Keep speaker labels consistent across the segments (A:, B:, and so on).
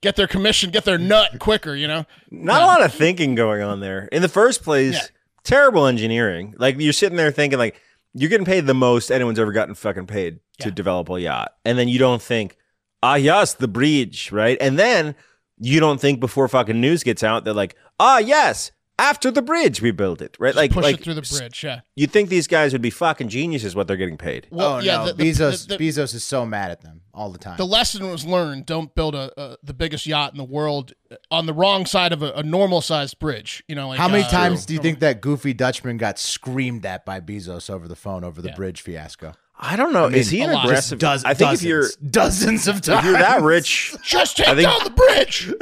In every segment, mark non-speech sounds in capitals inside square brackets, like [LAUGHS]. A: get their commission, get their nut quicker. You know.
B: Not a lot of thinking going on there. In the first place,
A: Yeah.
B: terrible engineering. Like you're sitting there thinking, like you're getting paid the most anyone's ever gotten fucking paid to
A: Yeah.
B: develop a yacht, and then you don't think, ah, yes, the bridge, right? And then you don't think before fucking news gets out that like, ah, yes, after the bridge we built it, right? like,
A: push
B: like
A: it through the bridge. Yeah.
B: you'd think these guys would be fucking geniuses what they're getting paid.
A: Well,
C: oh
A: yeah,
C: no,
A: the- the-
C: Bezos!
A: the- the-
C: Bezos is so mad at them all the time.
A: The lesson was learned: don't build a, a the biggest yacht in the world on the wrong side of a, a normal sized bridge. You know, like
C: How many
A: uh,
C: times do you think that goofy Dutchman got screamed at by Bezos over the phone over the
A: Yeah.
C: bridge fiasco?
B: I don't know. is he
A: a
B: an
A: lot.
B: aggressive?
C: Does
B: I think
C: dozens,
B: if you're
C: dozens of
B: if
C: times.
B: you're [LAUGHS] that rich,
A: Just take
B: I think-
A: down the bridge.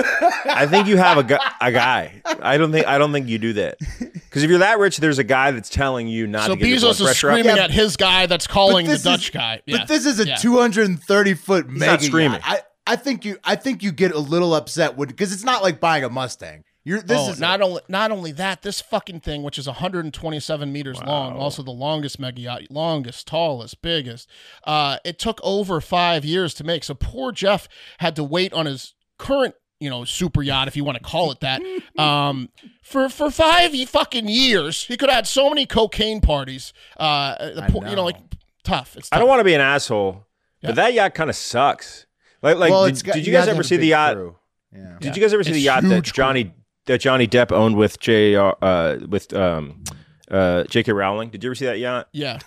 B: I think you have a, gu- a guy. I don't think I don't think you do that Because if you're that rich, there's a guy that's telling you not
A: So
B: to get your
A: Bezos
B: blood
A: is
B: pressure up.
A: screaming
C: Yeah,
A: at his guy that's
C: But
A: calling the
C: this
A: Dutch
C: is-
A: guy. Yeah.
C: But this is a
A: Yeah.
C: 230 foot mega.
B: not
C: yacht.
B: screaming.
C: I, I think you I think you get a little upset when because it's not like buying a Mustang. You're this
A: oh,
C: is
A: not only not only that, this fucking thing, which is 127 meters long, also the longest mega yacht, longest, tallest, biggest. Uh, it took over five years to make. So poor Jeff had to wait on his current, you know, super yacht, if you want to call
C: [LAUGHS]
A: it that, um, for for five ye- fucking years. He could have had so many cocaine parties. Uh, the
C: I
A: poor, you know,
C: know.
A: like tough. It's tough.
B: I don't want to be an asshole, but that yacht kind of sucks. Like, like,
C: Well,
B: did,
C: it's got-
B: did you
C: you
B: guys
C: gotta
B: ever
C: have a
B: see the
C: big
B: yacht?
C: crew. yeah.
B: Did you guys ever see
A: It's
B: the yacht that
A: huge crew.
B: Johnny that Johnny Depp owned with J uh, with um uh J.K. Rowling? Did you ever see that yacht?
A: yeah.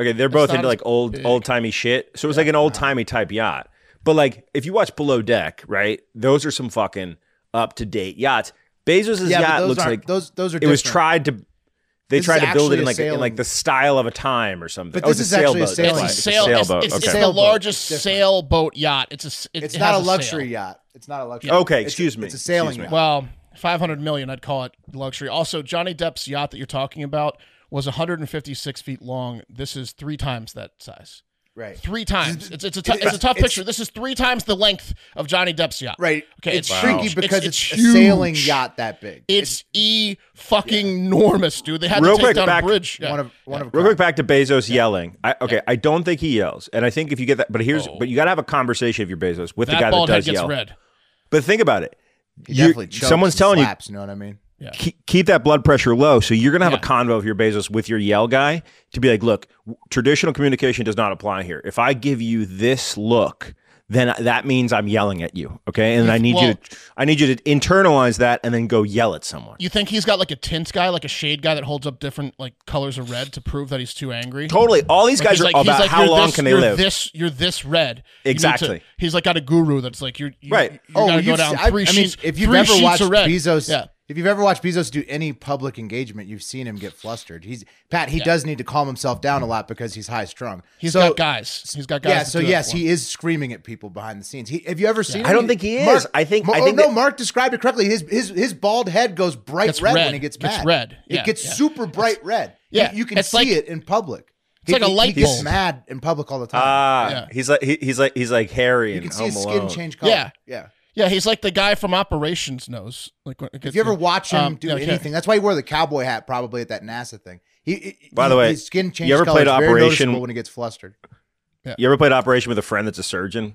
B: Okay, they're both
A: not
B: into
A: as
B: like old
A: big.
B: old timey shit. So it was like an old timey type yacht. But like if you watch Below Deck, right? Those are some fucking up to date yachts. Bezos'
C: Yeah, but
B: yacht
C: those
B: looks
C: aren't-
B: like
C: those those are
B: it was
C: different.
B: tried to. They
C: This
B: tried
C: is
B: to build
C: actually
B: it in
C: a
B: like in like
C: sailing-
B: the style of a time or something.
C: But
B: oh, it's
C: this
B: a
C: is actually
B: sailboat.
C: a
B: That's
C: sailing-
B: right.
A: It's a
C: It's
A: sail. It's,
B: sailboat.
A: it's,
B: okay.
A: it's the
C: Sailboat.
A: largest
C: Different.
A: sailboat yacht. It's a. s- It,
C: It's
A: it
C: not a
A: has
C: luxury
A: sail.
C: yacht. It's not a luxury.
B: Okay,
C: It's-
B: excuse me.
C: It's a sailing
B: Excuse
C: yacht.
B: me.
A: Well, 500 million, I'd call it luxury. Also, Johnny Depp's yacht that you're talking about was 156 feet long. This is three times that size.
C: right.
A: Three times. It's, it's, a, t- it's a tough
C: it's-
A: picture. This is three times the length of Johnny Depp's yacht.
C: Right.
A: Okay.
C: It's,
A: huge.
C: tricky because it's,
A: it's,
C: a sailing
A: huge.
C: yacht that big.
A: It's e fucking enormous, dude. They had
B: Real
A: to take
B: quick,
A: down
B: back-
A: a bridge. Yeah.
C: one of one of a
B: Real
C: kind.
B: quick, back to Bezos yelling. I, okay, I don't think he yells, and I think if you get that, but here's,
C: Oh.
B: but you got to have a conversation if you're Bezos with the
A: that
B: guy that
A: bald head
B: does
A: gets
B: yell.
A: red.
B: But think about it.
C: He
B: You-
C: definitely chokes
B: someone's
C: and
B: telling you
C: slaps, you. know what I mean?
B: keep, keep that blood pressure low. So you're going to have
A: Yeah.
B: a convo of your Bezos with your Yell guy to be like, look, w- traditional communication does not apply here. If I give you this look, then I- that means I'm yelling at you. Okay, and I need you
A: well-
B: to, I need you to internalize that and then go yell at someone.
A: You think he's got like a tint guy, like a shade guy that holds up different like colors of red to prove that he's too angry?
B: Totally. All these
A: Like,
B: guys
A: he's
B: are
A: like-
B: all
A: he's
B: about
A: like,
B: how
A: "You're
B: long
A: this-
B: can they
A: you're
B: live.
A: This, you're this red. You need to-
B: Exactly.
A: he's like got a guru that's like you're you,
B: Right.
A: You're oh, gonna go
C: you've
A: down
C: se- I-
A: three
C: I mean,
A: sheets.
C: if you've
A: three
C: ever
A: sheets
C: watched
A: of red.
C: Bezos,
A: yeah.
C: if you've ever watched Bezos do any public engagement, you've seen him get flustered. He's Pat. He does need to calm himself down a lot because he's high strung.
A: He's
C: He's
A: got guys. He's got guys.
C: Yeah,
A: that
C: so
A: do that
C: yes,
A: for him.
C: he is screaming at people behind the scenes. He, have you ever seen?
B: I
C: him?
B: don't think he
C: Mark-
B: is. I think-
C: Mo-
B: I
C: oh,
B: think
C: no,
B: that-
C: Mark described it correctly. His his his bald head goes bright
A: Gets
C: red,
A: red.
C: when he gets
A: Gets
C: mad.
A: red. Yeah,
C: it gets
A: yeah.
C: super bright red. You-
A: yeah.
C: you, can
A: It's
C: see
A: like-
C: it in public. It's
A: like a light
C: He gets
A: bulb.
C: mad in public all the time.
B: Ah,
A: Yeah.
B: he's like he, he's like he's like Harry
C: you
B: and
C: can see his
B: Home
C: skin
B: Alone.
C: change color.
A: Yeah.
C: yeah.
A: yeah, he's like the guy from Operations knows. Like when it
C: If
A: gets-
C: you ever watch him
A: Um,
C: do
A: yeah, yeah.
C: anything, that's why he wore the cowboy hat probably at that NASA thing. He, he-
B: By the
C: he-
B: way,
C: his skin changes.
B: you ever
C: color.
B: played
C: It's very
B: Operation-
C: noticeable when he gets flustered?
B: You ever played Operation with a friend that's a surgeon?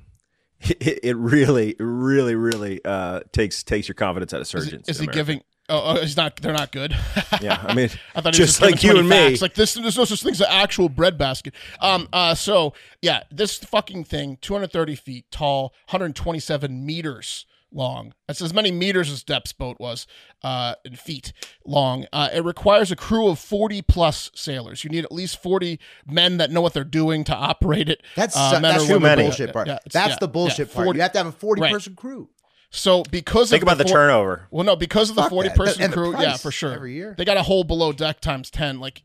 B: [LAUGHS] It, it really, really, really uh, takes takes your confidence out of
A: Is,
B: surgeons.
A: he- is he
B: in America.
A: giving? Oh, oh, he's not. They're not good.
B: Yeah, I mean,
A: [LAUGHS] I thought he was just
B: just
A: giving
B: like you
A: 20
B: and me.
A: facts. Like this, there's no such thing as an actual breadbasket. Um. Uh. So yeah, this fucking thing, 230 feet tall, 127 meters long. That's as many meters as Depp's boat was, uh, in feet long. Uh, it requires a crew of 40 plus sailors. You need at least 40 men that know what they're doing to operate it.
C: That's
A: uh, men
C: that's
A: or
C: the
A: women.
C: bullshit part.
A: Yeah, it's-
C: that's
A: yeah,
C: the bullshit
A: yeah,
C: part.
A: 40
C: You have to have a
A: Right.
C: forty-person crew.
A: So because
B: Think
A: of
B: about the
A: four-
B: turnover.
A: well, no, because of the
C: Fuck
A: forty
C: that.
A: person
C: And the
A: crew,
C: price
A: yeah, for sure.
C: every year.
A: they got a whole below deck times ten. Like,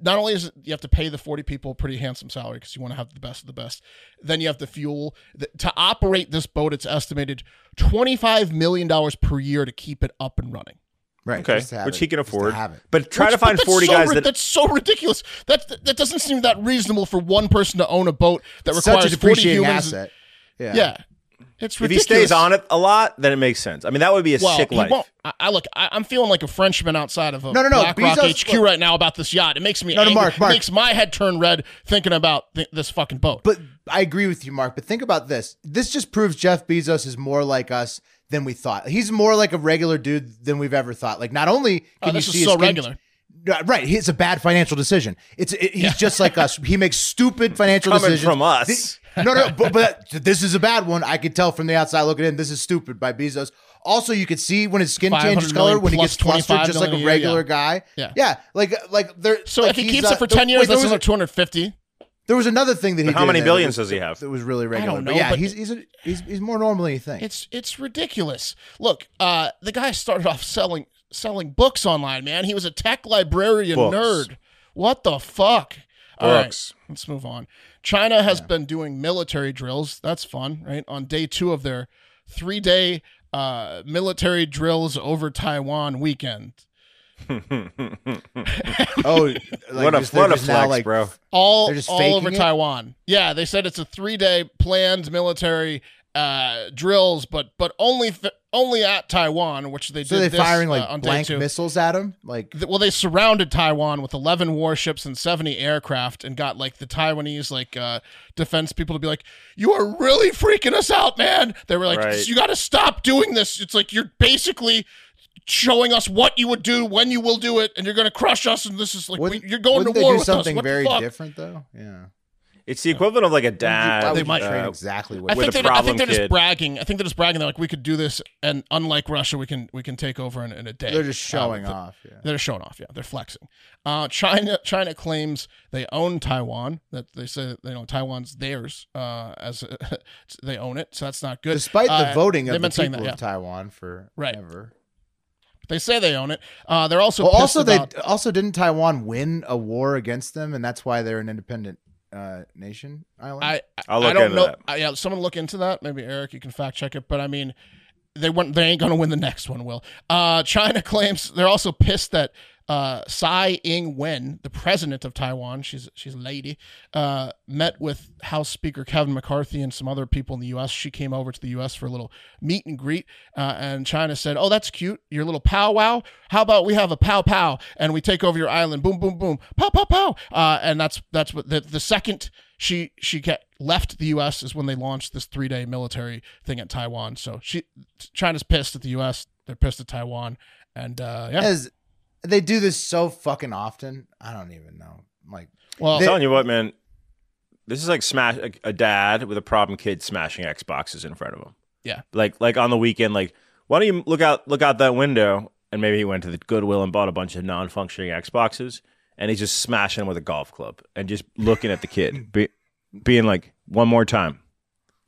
A: not only is it, you have to pay the forty people a pretty handsome salary because you want to have the best of the best. Then you have the fuel The- to operate this boat. It's estimated twenty five million dollars per year to keep it up and running.
C: Right.
B: Okay,
C: just to have
B: which
C: it,
B: he can
C: just to
B: afford.
C: have it.
B: But try to
A: Which- but
B: find
A: that's
B: forty
A: so
B: guys
A: ri-
B: that
A: that's so ridiculous. That, that that doesn't seem that reasonable for one person to own a boat that
C: Such a
A: requires forty
C: depreciating
A: humans.
C: asset.
A: Yeah. it's
B: if
A: ridiculous.
B: he stays on it a lot, then it makes sense. I mean, that would be a
A: Well,
B: sick
A: he
B: life.
A: won't. I, I look. I, I'm feeling like a Frenchman outside of a
C: No, no, no,
A: BlackRock
C: Bezos-
A: HQ
C: look-
A: right now about this yacht. It makes me
C: No, no,
A: angry.
C: Mark, Mark.
A: It makes my head turn red thinking about th- this fucking boat.
C: But I agree with you, Mark. But think about this. This just proves Jeff Bezos is more like us than we thought. He's more like a regular dude than we've ever thought. Like, not only can
A: Oh,
C: you
A: this
C: see
A: is
C: his
A: so
C: skin-
A: regular.
C: Uh, Right, it's a bad financial decision. It's it, he's just like us. He makes stupid financial
B: Coming
C: decisions
B: from us.
C: Thi- no, no, but, but this is a bad one. I could tell from the outside looking in. This is stupid by Bezos. Also, you could see when his skin
A: 500
C: changes color
A: million
C: when he
A: plus
C: gets flustered,
A: 25
C: just like
A: million a
C: a
A: year,
C: regular
A: yeah.
C: guy.
A: Yeah.
C: yeah, like like there.
A: so
C: like
A: if he
C: he's,
A: keeps
C: uh,
A: it for
C: there-
A: ten years,
C: wait, there
A: that's
C: was
A: another
C: a-
A: 250.
C: there was another thing that he.
B: But how
C: did
B: many
C: in there that
B: billions
C: was-
B: does he have?
C: That was really regular.
A: don't
C: But
A: know,
C: yeah,
A: but-
C: he's he's, a, he's he's more normal than you think.
A: It's it's ridiculous. Look, uh, the guy started off selling selling books online. Man, he was a tech librarian
B: Books.
A: nerd. What the fuck? All right,
B: Books.
A: let's move on. China has been doing military drills. That's fun, right? On day two of their three day uh, military drills over Taiwan weekend. [LAUGHS]
C: Oh, like
B: what a
C: just- they're
B: what a
C: just
B: flex,
C: now, like,
B: bro!
A: all
C: They're just
A: all over
C: faking it?
A: Taiwan. Yeah, they said it's a three day planned military uh, drills, but but only th- only at Taiwan, which they
C: So
A: did.
C: they're
A: this,
C: firing
A: uh,
C: like
A: on
C: blank
A: day two.
C: missiles at him. Like
A: Th- well, they surrounded Taiwan with eleven warships and seventy aircraft, and got like the Taiwanese like uh, defense people to be like, "You are really freaking us out, man." They were like,
B: Right.
A: "You got to stop doing this." It's like you're basically. Showing us what you would do, when you will do it, and you're going to crush us. And this is like we,
C: wouldn't-
A: you're going to
C: wouldn't
A: war
C: they do
A: with
C: something
A: us. What the
C: very
A: fuck?
C: different though. Yeah,
B: It's the equivalent of like a
C: Why
B: dad.
C: would
A: They
C: you
A: might-
C: train
B: uh,
C: exactly what.
A: I think,
B: with a
A: they, I
B: problem
A: think they're
B: kid.
A: just bragging. I think they're just bragging. They're like, we could do this, and unlike Russia, we can we can take over in, in a day.
C: They're just showing
A: Uh, th-
C: off. Yeah.
A: They're showing off. Yeah, they're flexing. Uh, China China claims they own Taiwan. That they say that, you know Taiwan's theirs uh, as [LAUGHS] a, they own it. So that's not good.
C: Despite
A: Uh,
C: the voting
A: they've
C: of the
A: been saying
C: people
A: that, yeah.
C: of Taiwan for
A: Right.
C: ever.
A: they say they own it. Uh, they're also
C: Well,
A: pissed
C: also
A: about,
C: they also didn't Taiwan win a war against them, and that's why they're an independent uh, nation island.
A: I
B: I'll look
A: I don't
B: into
A: know.
B: that.
A: I, yeah, someone look into that. Maybe Eric, you can fact check it. But I mean, they won't. They ain't gonna win the next one. Will uh, China claims they're also pissed that uh, Tsai Ing-wen, the president of Taiwan, she's she's a lady, uh, met with House Speaker Kevin McCarthy and some other people in the U.S. She came over to the U.S. for a little meet and greet, uh, and China said, "Oh, that's cute, your little powwow. How about we have a pow pow and we take over your island? Boom, boom, boom, pow, pow, pow." Uh, and that's that's what the the second she she get, left the U.S. is when they launched this three day military thing at Taiwan. So she China's pissed at the U.S. They're pissed at Taiwan, and uh, yeah.
C: As they do this so fucking often, I don't even know. Like
A: Well,
B: I'm telling you what, man. This is like smash a, a dad with a problem kid smashing Xboxes in front of him.
A: Yeah.
B: Like like on the weekend, like why don't you look out look out that window? And maybe he went to the Goodwill and bought a bunch of non-functioning Xboxes, and he's just smashing them with a golf club and just looking at
C: [LAUGHS]
B: the kid, be, being like, "One more time,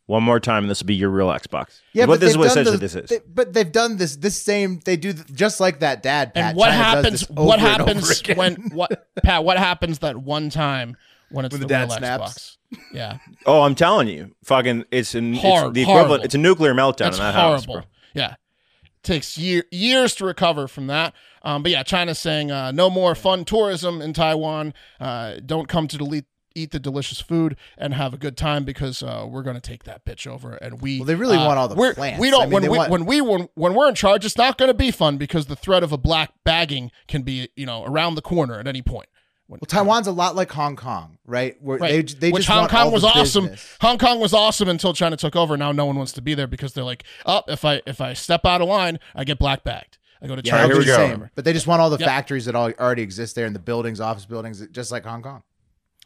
B: one more time, and this will be your real Xbox."
C: yeah,
B: what
C: but
B: this is
C: they've
B: what
C: done
B: essentially
C: the-
B: this is.
C: they- but they've done this this same. They do th- just like that dad. Pat.
A: and what
C: China does
A: happens?
C: this over
A: What
C: and over
A: happens
C: again.
A: when what Pat? What happens that one time when
C: [LAUGHS]
A: it's
C: When
A: the,
C: the
A: real
C: dad snaps.
A: Xbox? Yeah,
B: oh, I'm telling you, fucking, it's an
A: Hor-
B: it's the equivalent.
A: horrible.
B: It's a nuclear meltdown
A: that's
B: in that house,
A: horrible.
B: bro.
A: yeah, takes year, years to recover from that. Um, but yeah, China's saying uh, no more fun tourism in Taiwan. Uh, don't come to delete. Eat the delicious food and have a good time because uh, we're going to take that bitch over. And we
C: Well, they really
A: uh,
C: want all the
A: we're-
C: plants.
A: We don't
C: I mean,
A: when
C: they
A: we
C: want-
A: when we when, when we're in charge, it's not going to be fun because the threat of a black bagging can be you know around the corner at any point. When,
C: Well, Taiwan's a lot like Hong Kong, right? Where
A: Right.
C: they j- they
A: Which
C: just
A: Hong
C: want
A: Kong
C: all the
A: was awesome.
C: business.
A: Hong Kong was awesome until China took over. Now no one wants to be there because they're like, oh, if I if I step out of line, I get black bagged. I go to
C: Yeah,
A: China.
B: Alright,
C: they'll
B: here we
C: do
B: go.
C: the same. But they just want all the
A: Yeah.
C: factories that all, already exist there and the buildings, office buildings, just like Hong Kong.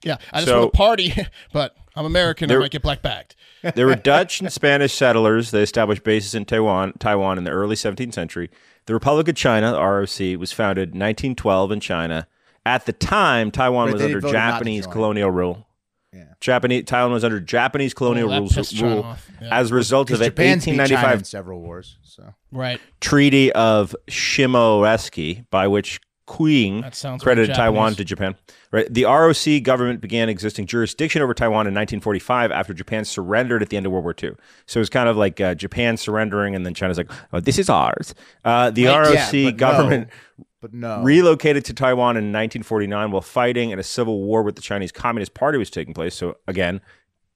A: Yeah, I just
B: So-
A: want to party, [LAUGHS] but I'm American.
B: There-
A: I might get black bagged.
B: There were Dutch and Spanish settlers. They established bases in Taiwan, Taiwan in the early 17th century. The Republic of China, the ROC, was founded in 1912 in China. At the time, Taiwan
C: Right,
B: was
C: they
B: under
C: voted not to
B: Japanese
C: join.
B: colonial rule.
C: Yeah.
B: Japanese Taiwan was under Japanese colonial
A: that
B: rules,
A: pissed China
B: rule
A: off. Yeah.
B: as a result of
C: Because
B: the
C: Japan's beat China
B: 1895
C: in several wars. So
A: Right.
B: Treaty of Shimoreski, by which Qing
A: That sounds very
B: credited Taiwan
A: Japanese.
B: to Japan. Right, the ROC government began existing jurisdiction over Taiwan in 1945 after Japan surrendered at the end of World War II. So it's kind of like uh, Japan surrendering, and then China's like, "Oh, this is ours." Uh, the
C: Right, yeah, but
B: ROC
C: no.
B: government
C: but no.
B: relocated to Taiwan in 1949 while fighting in a civil war with the Chinese Communist Party was taking place. So again,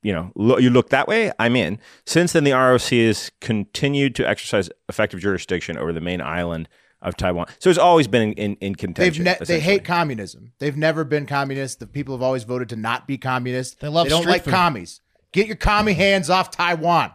B: you know, lo- you look that way, I'm in. Since then, the ROC has continued to exercise effective jurisdiction over the main island of Taiwan. So it's always been in, in, in
C: They've
B: contention.
C: ne- they
B: essentially.
C: hate communism. They've never been communist. The people have always voted to not be communist.
A: They love
C: They don't
A: street
C: like
A: food.
C: commies. Get your commie hands off Taiwan.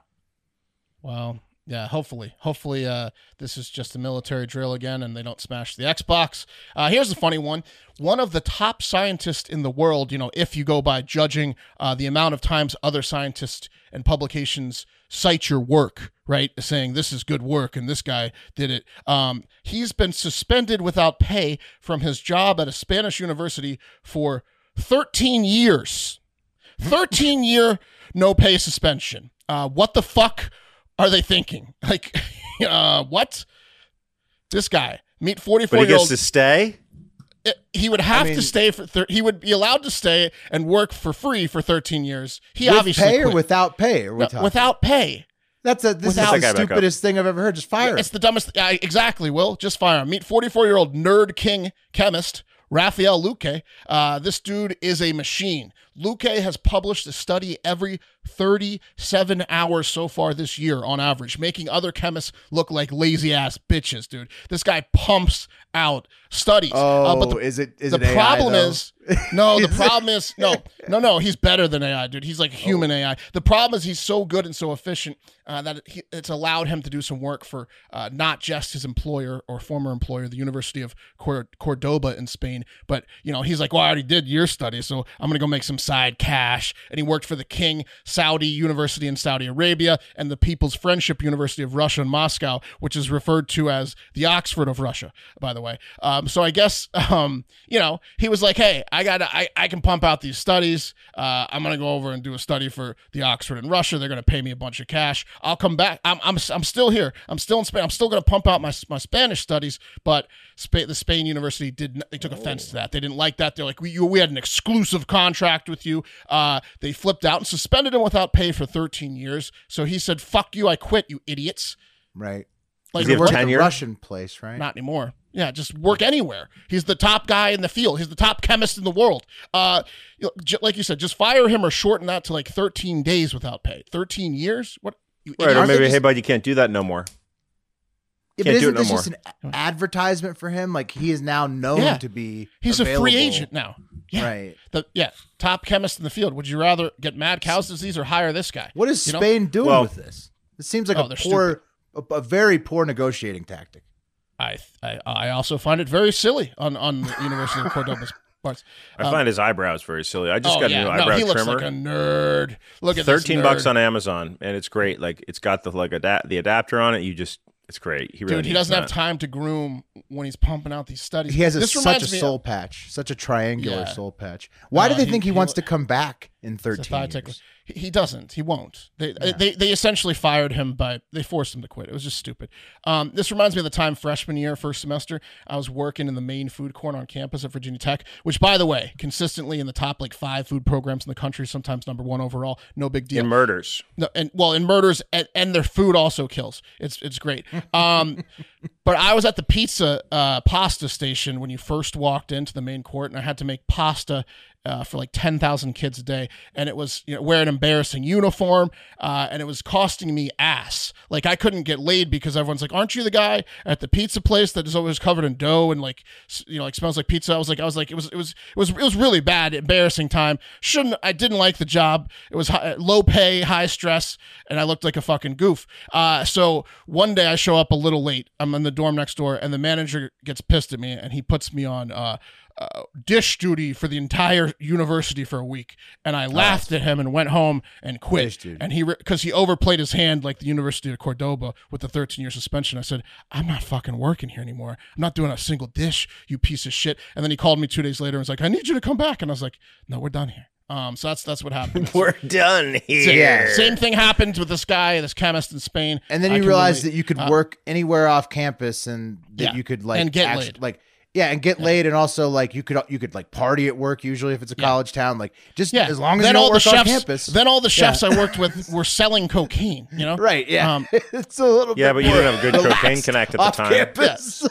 A: Well, yeah, hopefully. Hopefully, uh, this is just a military drill again and they don't smash the Xbox. Uh, here's a funny one. One of the top scientists in the world, you know, if you go by judging uh, the amount of times other scientists and publications cite your work, right? Saying this is good work and this guy did it. Um, he's been suspended without pay from his job at a Spanish university for 13 years. 13 year no pay suspension. Uh, what the fuck are they thinking? [LAUGHS] Like, uh, what? This guy, meet 44
B: But he
A: year
B: gets
A: old.
B: to stay.
A: he would have
C: mean-
A: to stay for, thir- he would be allowed to stay and work for free for 13 years. He
C: with
A: obviously.
C: pay or
A: quit.
C: without pay? Or
A: No, without pay.
C: That's a this
B: that
C: is
B: guy
C: the
B: back up.
C: stupidest thing I've ever heard. Just fire him.
A: It's the dumbest. Yeah, exactly, Will. Just fire him. Meet 44 year old nerd king chemist Raphael Luque. Uh, this dude is a machine. Luque has published a study every 37 hours so far this year on average, making other chemists look like lazy ass bitches, dude. This guy pumps out studies.
C: Oh,
A: Uh, but the
C: is it is
A: the
C: it AI,
A: problem
C: though?
A: is
C: [LAUGHS]
A: no. The problem is no, no, no. He's better than AI, dude. He's
C: Oh.
A: like human AI. The problem is he's so good and so efficient uh, that he, it's allowed him to do some work for uh, not just his employer or former employer, the University of Cor- Cordoba in Spain, but you know he's like, well, I already did your study, so I'm gonna go make some side cash. And he worked for the King Saudi University in Saudi Arabia and the People's Friendship University of Russia in Moscow, which is referred to as the Oxford of Russia, by the way. Um, so I guess [LAUGHS] um, you know he was like, "Hey, I got, I, I can pump out these studies. Uh, I'm gonna go over and do a study for the Oxford in Russia. They're gonna pay me a bunch of cash. I'll come back. I'm, I'm, I'm still here. I'm still in Spain. I'm still gonna pump out my, my Spanish studies. But Spa- the Spain University did, not, they took offense to that. They didn't like that. They're like, we, you, we had an exclusive contract with you. Uh, they flipped out and suspended him without pay for 13 years. So he said, "Fuck you, I quit, you idiots."
C: right.
A: Like
B: he have
C: We're at the
B: tenure?
C: Russian place, right?
A: not anymore. Yeah, just work anywhere. He's the top guy in the field. He's the top chemist in the world. Uh, you know, j- like you said, just fire him or shorten that to like 13 days without pay. 13 years? What? You
B: Right, or
A: idiot.
B: maybe, hey, bud, you can't do that no more.
C: Yeah, but
B: Can't do
C: isn't
B: it no
C: this just an a- advertisement for him? Like he is now known
A: Yeah.
C: to be.
A: He's
C: available.
A: a free agent now. Yeah,
C: Right.
A: The, yeah, top chemist in the field. Would you rather get mad cow's disease or hire this guy?
C: What is
A: You know?
C: Spain doing
B: Well-
C: with this? It seems like
A: Oh,
C: a
A: they're
C: poor, a, a very poor negotiating tactic.
A: I, I I also find it very silly on on
B: [LAUGHS]
A: the University of Cordoba's parts.
B: I find his eyebrows very silly. I just
A: oh
B: got
A: yeah,
B: a new
A: no,
B: eyebrow
A: he looks
B: trimmer.
A: like a nerd. Look at this
B: 13
A: nerd.
B: bucks on Amazon, and it's great. Like it's got the like adap- the adapter on it. You just it's great. He really
A: Dude, he
B: needs
A: doesn't have
B: that.
A: time to groom when he's pumping out these studies.
C: He has a,
A: this
C: such a
A: reminds me-
C: soul patch, such a triangular
A: Yeah.
C: soul patch. Why
A: Uh,
C: do they
A: he-
C: think he,
A: he
C: wants
A: lo-
C: to come back in
A: It's a
C: thirteen
A: thigh
C: years?
A: tickler. He, he doesn't. He won't. They, they they essentially fired him by they forced him to quit. It was just stupid. Um, this reminds me of the time freshman year, first semester, I was working in the main food court on campus at Virginia Tech, which by the way, consistently in the top like five food programs in the country, sometimes number one overall. No big deal.
B: And murders.
A: No, and well, and murders and, and their food also kills. It's it's great. Um, but I was at the pizza uh, pasta station when you first walked into the main court, and I had to make pasta uh, for like ten thousand kids a day, and it was you know wear an embarrassing uniform, uh, and it was costing me ass. Like I couldn't get laid because everyone's like, "Aren't you the guy at the pizza place that is always covered in dough and like s- you know like smells like pizza?" I was like, I was like, it was it was it was it was really bad, embarrassing time. Shouldn't I didn't like the job. It was high, low pay, high stress, and I looked like a fucking goof. Uh, so one day I show up a little late. I'm in the dorm next door, and the manager gets pissed at me, and he puts me on. Uh, uh, dish duty for the entire university for a week, and I laughed at him and went home and quit.
C: Dish duty.
A: And he because he overplayed his hand like the University of Cordoba with the 13 year suspension. I said, I'm not fucking working here anymore. I'm not doing a single dish, you piece of shit. And then he called me two days later and was like, I need you to come back. And I was like, No, we're done here. Um, so that's that's what happened.
B: [LAUGHS] We're done
A: Same-
B: [LAUGHS] here.
A: Same thing happened with this guy, this chemist in Spain.
C: And then
A: I
C: you
A: can
C: realize
A: relate. Uh,
C: that you could work anywhere off campus, and that
A: Yeah.
C: you could like
A: And get
C: act-
A: laid.
C: like yeah, and get laid, and also like you could you could like party at work usually if it's a college town. Like just
A: Yeah.
C: as long as
A: then
C: you don't
A: all
C: work
A: the chefs,
C: on campus.
A: Then all the chefs I worked with were selling cocaine, you know?
C: [LAUGHS] right? Yeah,
A: Um,
C: it's a little bit
B: Yeah, but you
C: more
B: didn't have a good cocaine connect at the
C: off
B: time,
C: campus.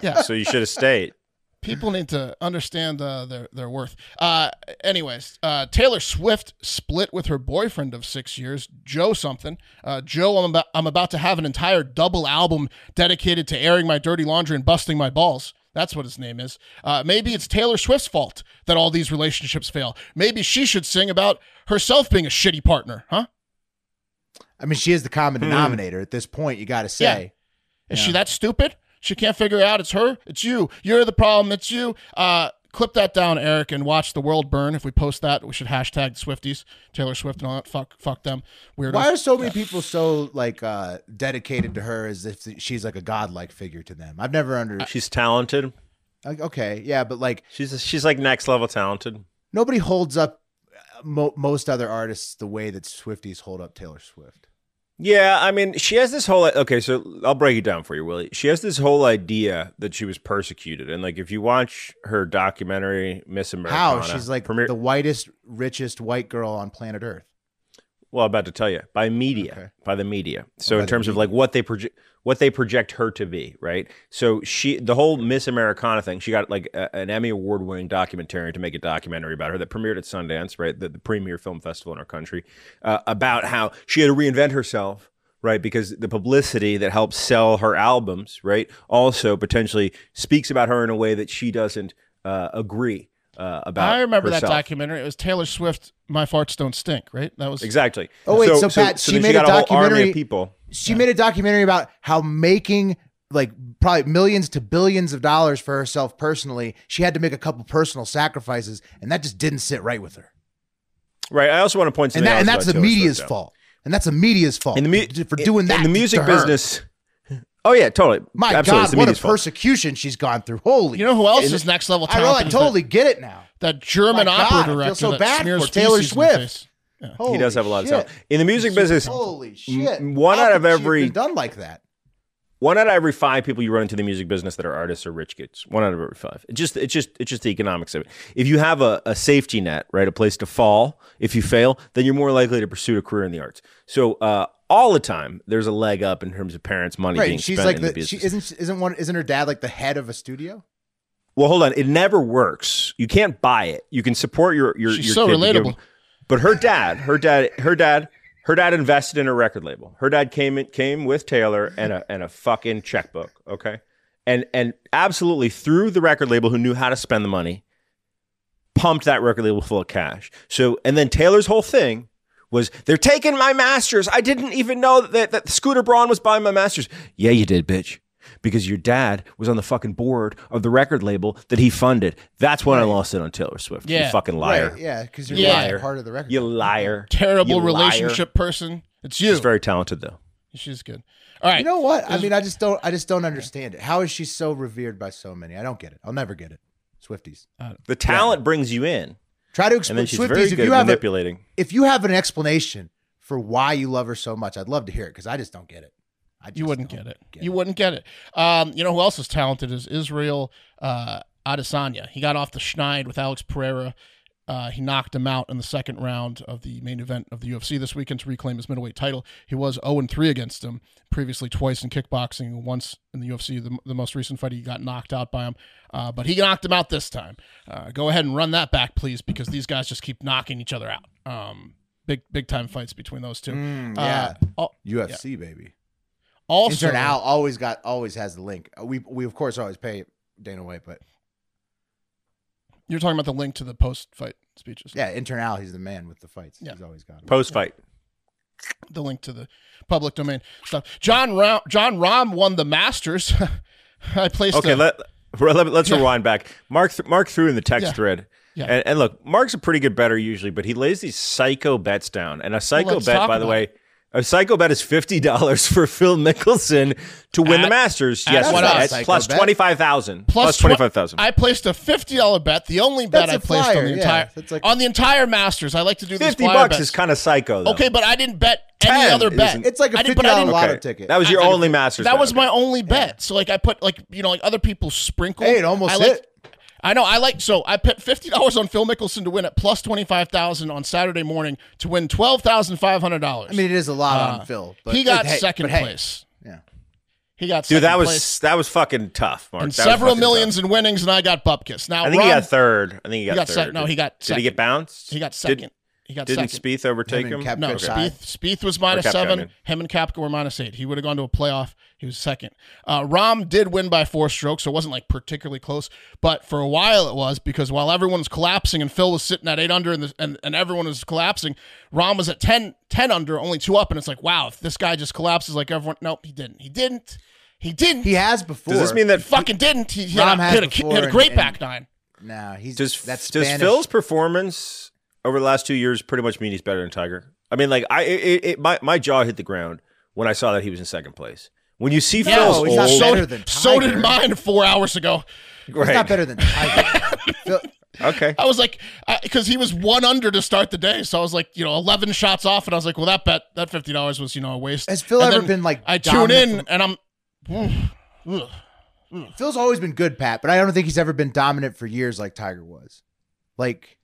A: Yeah.
B: so you should have stayed.
A: people need to understand uh, their their worth. Uh, anyways, uh, Taylor Swift split with her boyfriend of six years, Joe something. Uh, Joe, I'm about I'm about to have an entire double album dedicated to airing my dirty laundry and busting my balls. That's what his name is. Uh, maybe it's Taylor Swift's fault that all these relationships fail. Maybe she should sing about herself being a shitty partner, huh?
C: I mean, she is the common
B: Hmm.
C: denominator at this point. You got to
A: Yeah.
C: say.
A: Is she that stupid? She can't figure it out. It's her. It's you. You're the problem. It's you. Uh, clip that down, Eric, and watch the world burn. If we post that, we should hashtag Swifties, Taylor Swift, and all that. Fuck, fuck them. Weirdos.
C: Why are so many people so like uh dedicated to her as if she's like a godlike figure to them? I've never under
B: She's talented.
C: like, okay, yeah, but like
B: She's she's like next level talented.
C: nobody holds up uh, mo- most other artists the way that Swifties hold up Taylor Swift.
B: Yeah, I mean, she has this whole okay. So I'll break it down for you, Willie. She has this whole idea that she was persecuted, and like if you watch her documentary Miss
C: How
B: Americana,
C: she's like
B: premiere-
C: the whitest, richest white girl on planet Earth.
B: Well, I'm about to tell you by media,
C: Okay.
B: by the media. So
C: by
B: in
C: the
B: terms of like what they project, what they project her to be, right? So she, the whole Miss Americana thing, she got like a, an Emmy award-winning documentary to make a documentary about her that premiered at Sundance, right, the, the premier film festival in our country, uh, about how she had to reinvent herself. Right, because the publicity that helps sell her albums, right, also potentially speaks about her in a way that she doesn't uh, agree uh, about.
A: I remember that
B: herself.
A: documentary. It was Taylor Swift. My farts don't stink. Right? That was
B: Exactly.
C: Oh, wait, so, Pat, she
B: then
C: made a
B: got whole army of
C: documentary-
B: people.
C: She made a documentary about how making like probably millions to billions of dollars for herself personally, she had to make a couple personal sacrifices, and that just didn't sit right with her.
B: Right. I also want to point
C: And
B: something
C: that
B: out
C: and that's the
B: about Taylor
C: media's
B: Swift, though.
C: fault. And that's the media's fault
B: In the mu-
C: d- for
B: in-
C: doing that.
B: in the music
C: to her.
B: business. Oh yeah, totally.
C: My
B: Absolutely. it's
C: God,
B: the
C: what a
B: media's fault.
C: persecution she's gone through. Holy,
A: You know who else is next level
C: I, really, I
A: talented? is that-
C: totally get it now.
A: That, German
C: My God, I
A: opera
C: feel
A: director
C: so
A: that
C: bad
A: smears
C: for Taylor
A: feces in your
C: Swift.
A: face.
B: He
C: Holy
B: does have a lot
C: shit.
B: of talent in the music business.
C: Holy shit!
B: one
C: How
B: out
C: could
B: of
C: she have
B: every-
C: been done like that.
B: One out of every five people you run into the music business that are artists are rich kids. One out of every five. It just it's just it's just the economics of it. If you have a, a safety net, right, a place to fall if you fail, then you're more likely to pursue a career in the arts. So uh, all the time, there's a leg up in terms of parents' money being
C: Right? She's
B: spent
C: like
B: in
C: the,
B: the business.
C: she isn't isn't one isn't her dad like the head of a studio?
B: Well, hold on. It never works. You can't buy it. You can support your your.
A: She's
B: your
A: so
B: kid to give
A: relatable.
B: but her dad, her dad, her dad, her dad invested in a record label. Her dad came in, came with Taylor and a and a fucking checkbook. Okay, and and absolutely through the record label, who knew how to spend the money, pumped that record label full of cash. So and then Taylor's whole thing was they're taking my masters. I didn't even know that, that Scooter Braun was buying my masters. Yeah, you did, bitch. Because your dad was on the fucking board of the record label that he funded. That's when I lost it on Taylor Swift. You
A: Yeah.
B: fucking liar.
C: Right? Yeah, because you're
A: You
C: not
B: liar.
C: part of the record.
B: You liar.
A: Terrible
B: You liar.
A: relationship person. It's you.
B: She's very talented though.
A: She's good. All right.
C: You know what? I mean, I just don't. I just don't understand it. How is she so revered by so many? I don't get it. I'll never get it. Swifties.
B: The talent brings you in,
C: Try to
B: and
C: explain
B: then she's
C: Swifties.
B: very
C: if
B: good
C: you
B: at
C: have a,
B: manipulating.
C: if you have an explanation for why you love her so much, I'd love to hear it because I just don't get it. I just
A: you wouldn't
C: don't
A: get it.
C: get
A: you
C: it.
A: wouldn't get it. Um, you know who else is talented is Israel uh, Adesanya. He got off the schneid with Alex Pereira. Uh, he knocked him out in the second round of the main event of the UFC this weekend to reclaim his middleweight title. He was 0 3 against him previously, twice in kickboxing, once in the UFC. The, the most recent fight, he got knocked out by him, uh, but he knocked him out this time. Uh, go ahead and run that back, please, because these guys just keep knocking each other out. Um, big big time fights between those two.
C: Mm,
A: Uh,
C: yeah,
A: al-
C: UFC baby.
A: also,
C: Intern Al always got always has the link. Uh, We we of course always pay Dana White, but
A: You're talking about the link to the post fight speeches.
C: yeah, Intern Al he's the man with the fights.
A: Yeah.
C: He's always got 'em.
B: Post fight.
A: The link to the public domain stuff. John Ra- John Rahm won the Masters. [LAUGHS] I placed
B: Okay,
A: a-
B: let, let us
A: Yeah.
B: rewind back. Mark th- Mark threw in the text
A: Yeah.
B: thread,
A: Yeah.
B: And, and look, Mark's a pretty good better usually, but he lays these psycho bets down. And a psycho
A: let's
B: bet,
A: talk
B: by the
A: about
B: way, a psycho bet is fifty dollars for Phil Mickelson to win
A: At-
B: the Masters.
A: at
B: Yes,
A: what
B: that's
C: else?
B: plus
C: Psycho bet?
B: twenty five thousand.
A: plus
B: Plus
A: twen-
B: twenty five thousand.
A: I placed a fifty dollar bet. The only bet
C: That's
A: I
C: a
A: placed on
C: flyer,
A: the
C: yeah.
A: entire
C: That's like-
A: on the entire Masters. I like to do these
B: Fifty
A: flyer
B: bucks
A: bets.
B: is kind of psycho. Though.
A: okay, but I didn't bet any
B: 10
A: other bet.
B: isn't-
C: It's like a
A: I
C: fifty
A: didn't- but I
C: dollar
A: didn't-
C: lotto
B: Okay.
C: ticket.
B: That was your
A: I-
B: only Masters.
A: That
B: bet.
A: was
B: Okay.
A: my only bet. So like I put like you know like other people sprinkle.
C: Hey, it almost
A: I like,
C: hit.
A: I know. I like so I put fifty dollars on Phil Mickelson to win at plus twenty five thousand on Saturday morning to win twelve thousand five hundred dollars. Uh,
C: I mean, it is a lot on Phil. But
A: he got
C: but hey-
A: second
C: but hey,
A: place.
C: Yeah.
A: He got second
B: Dude, that was
A: place
B: that was fucking tough, Mark.
A: and
B: That was
A: several
B: fucking
A: millions in winnings, and I got bupkis. Now
B: tough. I think
A: Ron,
B: he got third. I think he got,
A: got
B: third.
A: sec- no, he got
B: Did he get
A: second.
B: bounced?
A: He got
B: Did-
A: second. he got
B: Didn't
A: second.
B: Spieth overtake
C: Him and
B: him?
C: Kepka.
A: No,
C: Okay.
A: Spieth, Spieth was minus
B: Kapka,
A: seven.
B: I mean.
A: Him and Kapka were minus eight. He would have gone to a playoff. He was second. Uh, Rom did win by four strokes, so it wasn't like particularly close. But for a while it was because while everyone was collapsing and Phil was sitting at eight under and, the, and, and everyone was collapsing, Rom was at 10, 10 under, only two up. And it's like, wow, if this guy just collapses like everyone. Nope, he didn't. He didn't. He didn't.
C: He has before.
B: Does this mean that
A: He fucking didn't. He, he had,
C: Rahm
A: a,
C: has
A: he had a- he had
C: before
A: a great
C: and-
A: back nine.
C: Nah, he's
B: Does
C: that's
B: does
C: Spanish.
B: Phil's performance over the last two years pretty much mean he's better than Tiger? I mean, like I it, it, my my jaw hit the ground when I saw that he was in second place. When you see
C: No,
B: Phil's
C: he's not
B: old,
C: better
A: so,
C: than
A: so did
C: Tiger.
A: mine four hours ago.
C: He's not better than Tiger.
A: [LAUGHS]
C: Phil,
B: okay,
A: I was like, because he was one under to start the day, so I was like, you know, eleven shots off, and I was like, well, that bet, that fifty dollars was, you know, a waste.
C: Has Phil
A: And
C: ever
A: then
C: been, like,
A: I tune
C: dominant
A: in, and I'm, ugh, ugh.
C: Phil's always been good, Pat, but I don't think he's ever been dominant for years like Tiger was. Like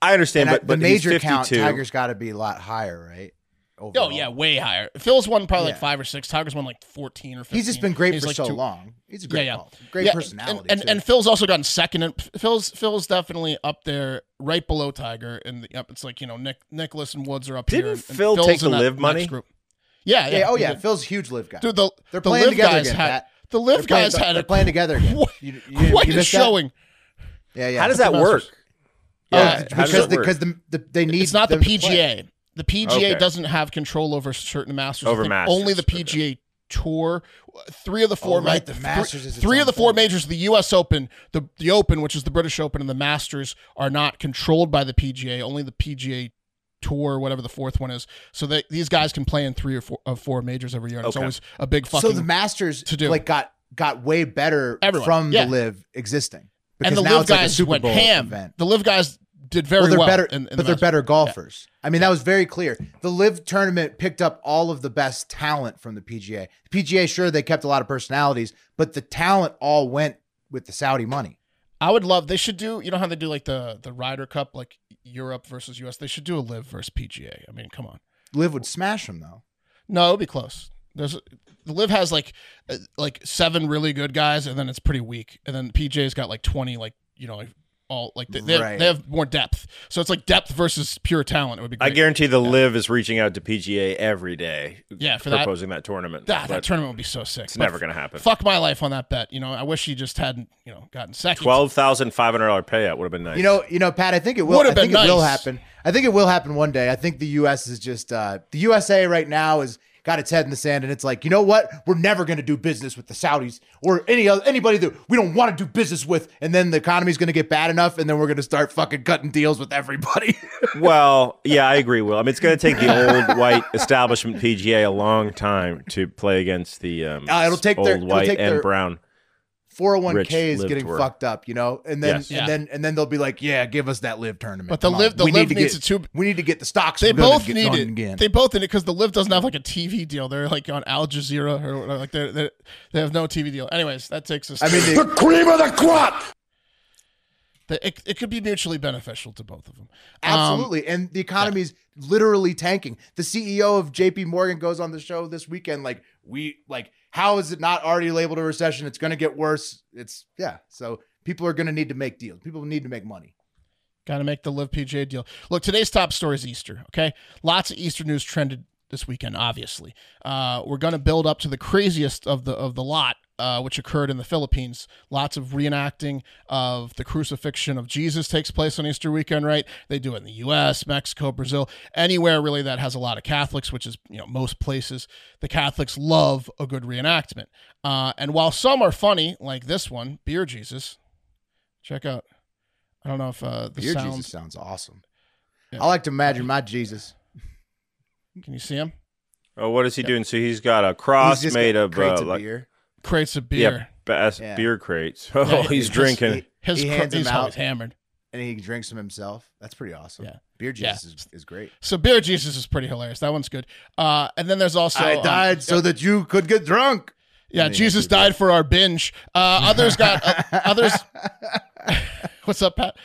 B: I understand,
C: I-
B: but, but
C: the
B: he's
C: major count,
B: 52.
C: Tiger's got to be a lot higher, right?
A: Oh
C: Overall.
A: yeah, way higher. Phil's won probably like
C: Yeah.
A: five or six. Tiger's won like fourteen or fifteen.
C: He's just been great
A: He's
C: for
A: like
C: so
A: two-
C: long. He's a great,
A: yeah.
C: yeah, great
A: Yeah,
C: personality.
A: And and,
C: too.
A: and Phil's also gotten second. And Phil's Phil's definitely up there, right below Tiger. And the, up, it's like you know Nick Nicholas and Woods are up here.
B: Didn't
A: and- and
B: Phil
A: Phil's
B: take the
A: in that
B: live
A: next
B: money?
A: Group. Yeah, yeah,
C: yeah, oh
A: he
C: yeah,
A: did.
C: Phil's a huge live guy.
A: dude. The
C: They're
A: the
C: playing
A: live
C: together
A: guys
C: again,
A: had
C: Pat.
A: the live
C: They're playing-
A: guys had
C: they're
A: a
C: playing together again.
A: Quite,
C: You- you-
A: quite
C: you
A: a
C: missed that?
A: showing.
C: Yeah, yeah. Oh,
B: How does that
A: the
B: work?
A: Masters.
B: Yeah,
A: Uh,
B: how does
C: because
B: it work?
C: because the, the they need
A: It's not the
C: them to play.
A: PGA. The PGA
B: Okay.
A: doesn't have control over certain masters. I
B: Over
A: think
B: Masters,
A: Only the
B: okay.
A: PGA Tour. Three of the four
C: Oh, right,
A: ma-
C: the
A: thr-
C: Masters is its
A: three
C: own
A: of the four
C: thing.
A: majors, the U.S. Open, the the Open, which is the British Open, and the Masters are not controlled by the PGA. Only the PGA Tour, whatever the fourth one is. So they, these guys can play in three or four of four majors every year. And It's
B: Okay.
A: always a big fucking.
C: So the Masters
A: to do.
C: like got got way better
A: Everyone,
C: from
A: yeah.
C: the live existing
A: and the
C: now
A: live
C: it's like a
A: guys
C: Super
A: went
C: Bowl
A: ham.
C: event.
A: The live guys did very
C: Well,
A: well.
C: they're better,
A: in- in the
C: but they're
A: Masters.
C: better golfers. I mean, that was very clear. The Live tournament picked up all of the best talent from the PGA. The PGA, sure, they kept a lot of personalities, but the talent all went with the Saudi money.
A: I would love. They should do. You know how they do like the the Ryder Cup, like Europe versus U.S. They should do a Live versus PGA. I mean, come on.
C: Live would smash them though.
A: No, it'd be close. There's the Live has like uh, like seven really good guys, and then it's pretty weak. And then PJ's got like twenty, like you know, like all like they they, have,
C: Right.
A: they have more depth. So it's like depth versus pure talent. It would be. Great.
B: I guarantee the Live is reaching out to PGA every day.
A: Yeah, for that-
B: proposing that, tournament.
A: Ah, that
B: but
A: tournament would be so sick.
B: it's never going to happen.
A: Fuck my life on that bet. You know, I wish he just hadn't you know gotten second.
B: Twelve thousand five hundred dollar payout would have been nice.
C: You know, you know, Pat. I think it will.
A: Would've
C: I think
A: been
C: it will
A: nice.
C: happen. I think it will happen one day. I think the U.S. is just uh, the USA right now is got its head in the sand, and it's like, you know what? We're never going to do business with the Saudis or any other anybody that we don't want to do business with. And then the economy's going to get bad enough, and then we're going to start fucking cutting deals with everybody. [LAUGHS]
B: Well, yeah, I agree, Will. I mean, it's going to take the old white establishment PGA a long time to play against the um,
C: Uh, it'll take
B: old
C: their- it'll
B: white
C: take
B: and
C: their-
B: brown.
C: 401k
B: Rich
C: is
B: live
C: getting
B: tour.
C: fucked up, you know, and then
B: Yes.
C: and
A: Yeah.
C: then and then they'll be like, yeah, give us that live tournament.
A: But the
C: Come
A: LIV
C: on.
A: the
C: we
A: LIV
C: need to
A: needs
C: get
A: it too.
C: we need to get the stocks.
A: They
C: moving and
A: both
C: get
A: need
C: going
A: it.
C: again.
A: They both need it because the Live doesn't have like a TV deal. They're like on Al Jazeera or whatever. like they are they have no TV deal. Anyways, that takes us.
C: I mean, they,
D: The cream of the crop!
A: the, it, it could be mutually beneficial to both of them. Um,
C: Absolutely. and the economy's literally tanking. The CEO of JP Morgan goes on the show this weekend like we like how is it not already labeled a recession? It's going to get worse. It's yeah. So people are going to need to make deals. People need to make money.
A: Got to make the Live PGA deal. Look, today's top story is Easter. Okay, lots of Easter news trended this weekend. Obviously, uh, we're going to build up to the craziest of the of the lot, uh, which occurred in the Philippines. Lots of reenacting of the crucifixion of Jesus takes place on Easter weekend. Right? They do it in the U.S., Mexico, Brazil, anywhere really that has a lot of Catholics, which is you know most places. The Catholics love a good reenactment, uh, and while some are funny, like this one, beer Jesus. Check out. I don't know if uh, the
C: Your
A: sound
C: Jesus sounds awesome.
A: Yeah.
C: I like to imagine my Jesus.
A: Can you see him?
B: Oh, what is he doing? So he's got a cross
C: He's just
B: made
C: got
B: of
C: crates
B: uh, like
C: beer.
A: Crates of
B: yeah,
A: beer.
B: best
C: Yeah.
B: beer crates. [LAUGHS] Oh,
A: Yeah,
B: he's
A: he just-
B: drinking.
C: He,
A: His
C: he
A: cr-
C: hands
A: he's
C: him
A: always
C: out
A: hammered.
C: and he drinks them himself. That's pretty awesome.
A: Yeah.
C: Beer
A: Yeah.
C: Jesus is, is great.
A: So beer Jesus is pretty hilarious. That one's good. Uh, and then there's also
C: I
A: um,
C: died so that you could get drunk. [LAUGHS]
A: yeah, Jesus died for our binge. Uh, others got
C: [LAUGHS]
A: uh, others. What's up, Pat?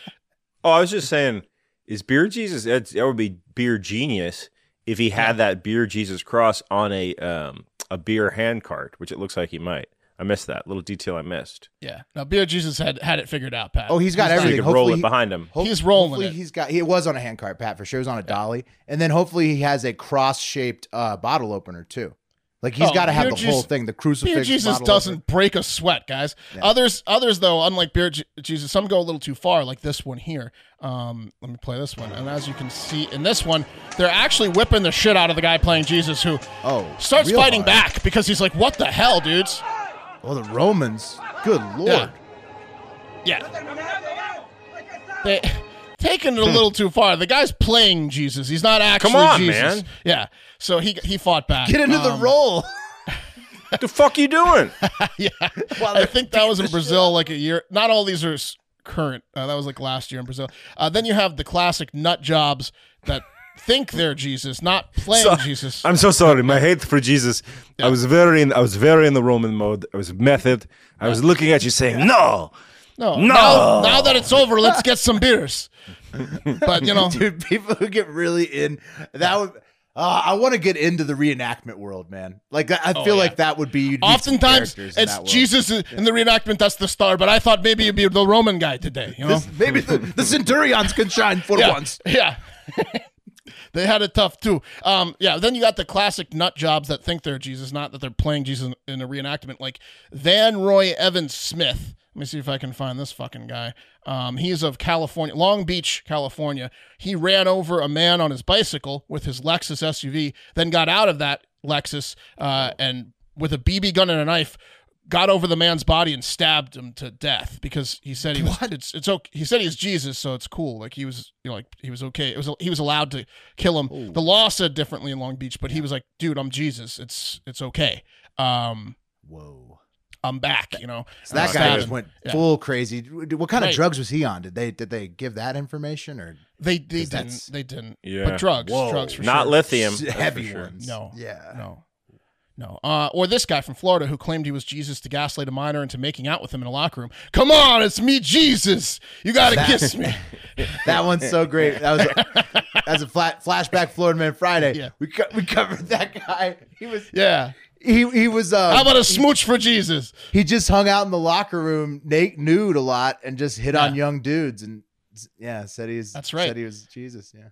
B: Oh, I was just saying, is beer Jesus? That's, that would be beer genius if he had that beer Jesus cross on a um a beer hand cart, which it looks like he might. I missed that little detail. I missed.
A: Yeah. Now beer Jesus had had it figured out, Pat.
C: Oh, he's got
A: not-
B: So you
C: everything.
B: could roll
C: Hopefully
B: it
C: he-
B: behind him.
C: Hope-
A: He's rolling
C: Hopefully
A: it.
C: he's got. He was on a handcart, Pat, for sure. He was on a dolly, and then hopefully he has a cross-shaped uh, bottle opener too. Like he's
A: Oh,
C: got to have
A: beer
C: the whole
A: Jesus-
C: thing. The
A: Beer
C: crucifix.
A: Jesus
C: bottle
A: doesn't
C: opener.
A: break a sweat, guys. Others, others though, unlike Beer Je- Jesus, some go a little too far, like this one here. Um, let me play this one, and as you can see in this one, they're actually whipping the shit out of the guy playing Jesus, who
C: Oh,
A: starts
C: real
A: fighting
C: hard.
A: back because he's like, "What the hell, dudes?"
C: Oh, the Romans. Good lord. [LAUGHS]
A: Yeah. Yeah. They [LAUGHS] taking it a little too far. The guy's playing Jesus. He's not actually
B: Hmm. on,
A: Jesus.
B: man.
A: Yeah. So he he fought back.
C: Get into
A: Um,
C: the role.
B: What the fuck you doing?
A: Yeah. I think that was in Brazil like a year. Not all these are s- current. Uh, that was like last year in Brazil. Uh, then you have the classic nut jobs that [LAUGHS] think they're Jesus, not playing
B: So-
A: Jesus.
B: I'm so sorry. My hate for Jesus. I was very in. I was very in the Roman mode. I was method. I was looking at you saying no.
A: no.
B: No.
A: Now, now that it's over, let's get some beers. But you know,
C: dude. People who get really in that would. Uh, I want to get into the reenactment world, man. Like I I feel
A: Oh, yeah.
C: like that would be you'd meet some
A: oftentimes
C: characters in
A: it's
C: that world.
A: Jesus in the reenactment that's the star. But I thought maybe you'd be the Roman guy today. You know,
C: This- maybe the, the centurions can shine for
A: yeah,
C: once.
A: yeah. they had it tough too. Um, yeah. Then you got the classic nut jobs that think they're Jesus, not that they're playing Jesus in, in a reenactment. Like Van Roy Evans Smith. Let me see if I can find this fucking guy. Um, he's of California, Long Beach, California. He ran over a man on his bicycle with his Lexus SUV, then got out of that Lexus uh, and with a BB gun and a knife. Got over the man's body and stabbed him to death because he said he was. It's it's okay. He said he's Jesus, so it's cool. Like he was, you know, like he was okay. It was he was allowed to kill him. The law said differently in Long Beach, but he was like, dude, I'm Jesus. It's it's okay. Um,
C: Whoa.
A: I'm back. You know,
C: So that
B: Uh,
C: guy
B: stabbing.
C: just went
A: Yeah.
C: full crazy. What kind
A: Right.
C: of drugs was he on? Did they did they give that information or
A: They they
C: 'Cause
A: didn't.
C: that's-
A: They didn't.
B: Yeah.
A: But drugs,
C: Whoa.
A: drugs for
B: Not
A: sure.
B: lithium. that's for
C: heavy
B: sure.
C: ones?
A: No.
C: Yeah.
A: No. No. Uh, or this guy from Florida who claimed he was Jesus to gaslight a minor into making out with him in a locker room. Come on, it's me, Jesus. You gotta
C: That- [LAUGHS]
A: kiss me.
C: That one's so
A: [LAUGHS]
C: great. That was a, that's a flat, flashback Florida Man Friday.
A: Yeah.
C: We co- we covered that guy. He was
A: Yeah.
C: he he was uh
A: How about a smooch for Jesus?
C: he just hung out in the locker room naked nude a lot and just hit on
A: Yeah.
C: young dudes and yeah, said he's
A: That's right.
C: said he was Jesus, yeah.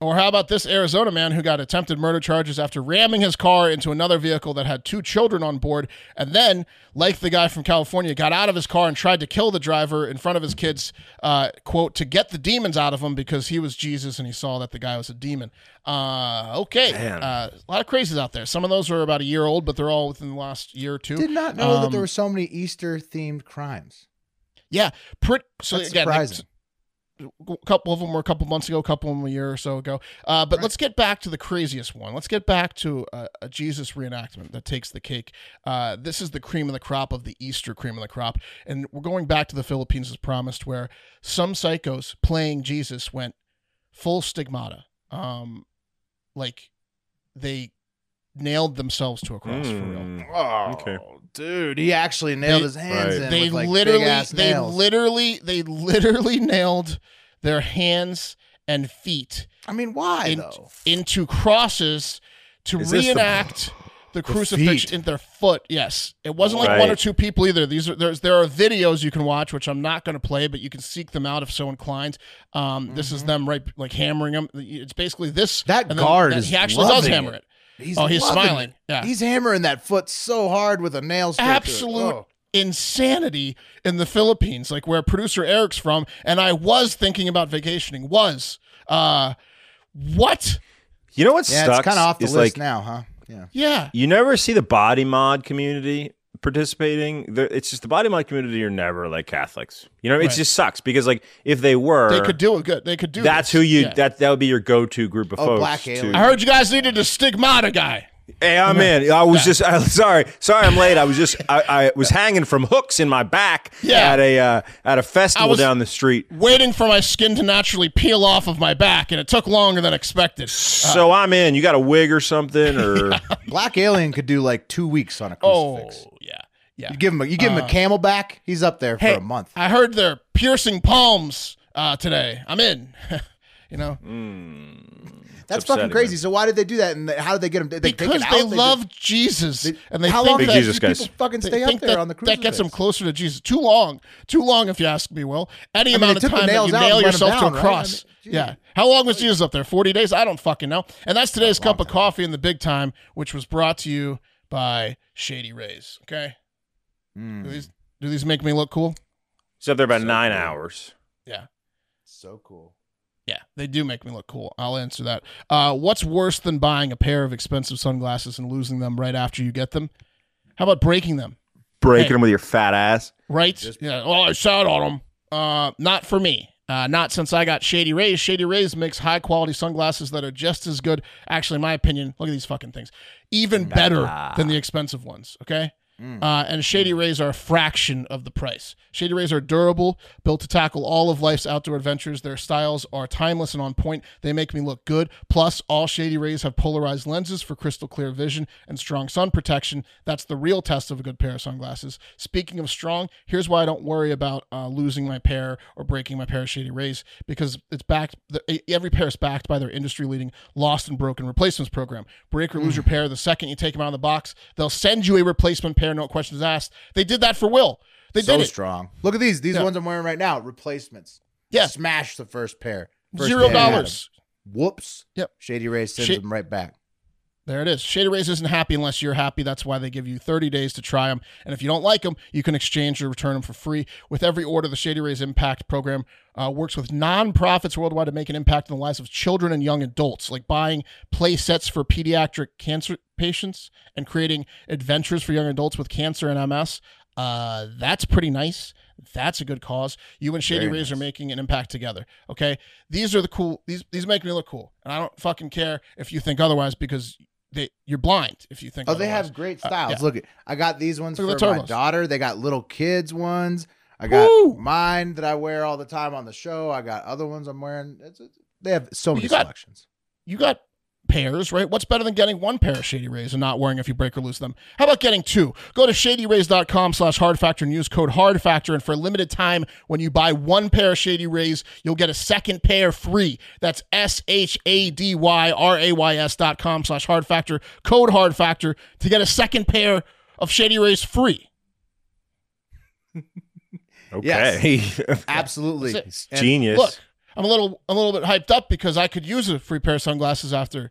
A: Or how about this Arizona man who got attempted murder charges after ramming his car into another vehicle that had two children on board, and then, like the guy from California, got out of his car and tried to kill the driver in front of his kids, uh, quote, to get the demons out of him because he was Jesus and he saw that the guy was a demon. Uh, okay.
B: Man.
A: Uh, a lot of crazies out there. Some of those are about a year old, but they're all within the last year or two.
C: Did not know that
A: Um,
C: there were so many Easter themed crimes.
A: Yeah. Pretty, so
C: That's
A: again, like,
C: surprising.
A: a couple of them were a couple months ago, a couple of them a year or so ago. Uh, but let's get back to the craziest one. Let's get back to a, a Jesus reenactment that takes the cake. Uh, this is the cream of the crop of the Easter cream of the crop. And we're going back to the Philippines as promised, where some psychos playing Jesus went full stigmata. Um, like they nailed themselves to a cross for real.
B: Mm.
C: Oh,
B: Okay.
C: dude, he actually nailed
A: They-
C: his hands
B: Right.
C: in.
A: They
C: with, like,
A: literally,
C: big-ass
A: they
C: nails.
A: literally, they literally [LAUGHS] nailed their hands and feet
C: I mean, why
A: in-
C: though?
A: into crosses to
B: Is this the-
A: reenact the, crucifixion
C: feet?
A: in their foot. Yes, it wasn't like one
B: Right.
A: or two people either. These are there's there are videos you can watch, which I'm not going to play, but you can seek them out if so inclined. Um, This is them right like hammering them. It's basically this
C: That
A: and
C: guard
A: and
C: is
A: he actually does
C: loving
A: hammer it.
C: it. He's
A: oh, he's
C: loving
A: smiling.
C: it.
A: Yeah.
C: He's hammering that foot so hard with a nail. straight through it.
A: absolute
C: Oh.
A: insanity in the Philippines, like where producer Eric's from. And I was thinking about vacationing. Was uh, what?
B: You know what's
C: Yeah,
B: sucks?
C: it's kind of off the
B: is,
C: list
B: like,
C: now, huh? Yeah.
A: Yeah,
B: You never see the body mod community participating. There- It's just the body mod community are never like Catholics. You know, it
A: Right.
B: just sucks because like if they were,
A: they could do it good. They could do.
B: that's
A: this.
B: who you
A: Yeah.
B: that that would be your go to group of
C: Oh,
B: folks.
C: black
B: to-
C: aliens.
A: I heard you guys needed a stigmata guy.
B: Hey, I'm in. I was just I, sorry, sorry, I'm late. I was just I, I was hanging from hooks in my back
A: Yeah.
B: at a uh, at a festival
A: was- Uh.
B: down the street.
A: Waiting for my skin to naturally peel off of my back, and it took longer than expected.
B: So I'm in. You got a wig or something, or
C: Black alien could do like two weeks on a
A: Oh,
C: crucifix.
A: yeah, yeah.
C: You give him a you give him a camelback. He's up there
A: Hey,
C: for a month.
A: I heard they're piercing palms uh, today. I'm in. [LAUGHS] you know,
C: That's
B: upsetting,
C: fucking crazy.
B: man.
C: So why did they do that? And how did they get him? Did they take
A: because
C: it out?
A: they
C: just-
A: love Jesus and they
C: how
A: think
C: long do
B: Big
A: that
C: these
B: Jesus
C: people
B: guys.
C: fucking
A: they
C: stay up
A: think
C: there
A: that,
C: on the crucifix.
A: that gets them closer to Jesus. Too long, too long, if you ask me. Will any
C: mean,
A: amount
C: they took
A: of
C: the
A: time that
C: nails
A: you
C: out and
A: nail
C: let 'em
A: yourself
C: down,
A: to a
C: right? I
A: cross?
C: mean,
A: yeah. How long was Jesus up there? Forty days? I don't fucking know. And that's today's cup of coffee in the big time, which was brought to you by Shady Rays. Okay.
C: Hmm.
A: Do these do these make me look cool?
B: it's up there about nine hours.
A: Yeah.
C: So cool.
A: Yeah, they do make me look cool. I'll answer that. Uh, what's worse than buying a pair of expensive sunglasses and losing them right after you get them? How about breaking them?
B: Breaking
A: Hey.
B: them with your fat ass.
A: right? yeah. Well, I sat on them. Uh, not for me. Uh, not since I got Shady Rays. Shady Rays makes high quality sunglasses that are just as good. Actually, in my opinion, look at these fucking things, even better than the expensive ones. Okay. uh, and Shady Rays are a fraction of the price. Shady Rays are durable, built to tackle all of life's outdoor adventures. Their styles are timeless and on point. They make me look good. Plus, all Shady Rays have polarized lenses for crystal clear vision and strong sun protection. That's the real test of a good pair of sunglasses. Speaking of strong, here's why I don't worry about uh, losing my pair or breaking my pair of Shady Rays because it's backed. The, e, every pair is backed by their industry-leading lost and broken replacements program. Break or lose
C: Mm.
A: your pair the second you take them out of the box, they'll send you a replacement pair, no questions asked. They did that for Will. They
C: So
A: did it.
C: strong. Look at these. These
A: Yeah.
C: ones I'm wearing right now. Replacements.
A: Yeah.
C: Smash the first pair. First
A: Zero
C: day I had
A: dollars.
C: them. Whoops.
A: Yep.
C: Shady Ray sends
A: Sha-
C: them right back.
A: There it is. Shady Rays isn't happy unless you're happy. That's why they give you 30 days to try them. And if you don't like them, you can exchange or return them for free. With every order, the Shady Rays Impact program uh, works with nonprofits worldwide to make an impact on the lives of children and young adults, like buying play sets for pediatric cancer patients and creating adventures for young adults with cancer and MS. Uh, that's pretty nice. That's a good cause. You and Shady Rays are making an impact together. Okay, these are the cool. These these make me look cool, and I don't fucking care if you think otherwise because they you're blind if you think.
C: Oh, they
A: otherwise. uh,
C: have great styles.
A: yeah.
C: Look, at, I got these ones
A: Look at the
C: for my
A: turbos.
C: daughter. They got little kids ones. I got
A: Woo!
C: mine that I wear all the time on the show. I got other ones I'm wearing. It's, it's, they have so many
A: You got-
C: selections.
A: you got pairs, right? What's better than getting one pair of Shady Rays and not wearing if you break or lose them? How about getting two? Go to shadyrays.com slash hard factor and use code hard factor. And for a limited time, when you buy one pair of Shady Rays, you'll get a second pair free. That's S H A D Y R A Y S dot com slash hard factor, code hard factor to get a second pair of Shady Rays free.
B: Okay. [LAUGHS]
C: Absolutely.
A: That's
C: And
B: Genius.
A: Look, I'm a little I'm a little bit hyped up because I could use a free pair of sunglasses after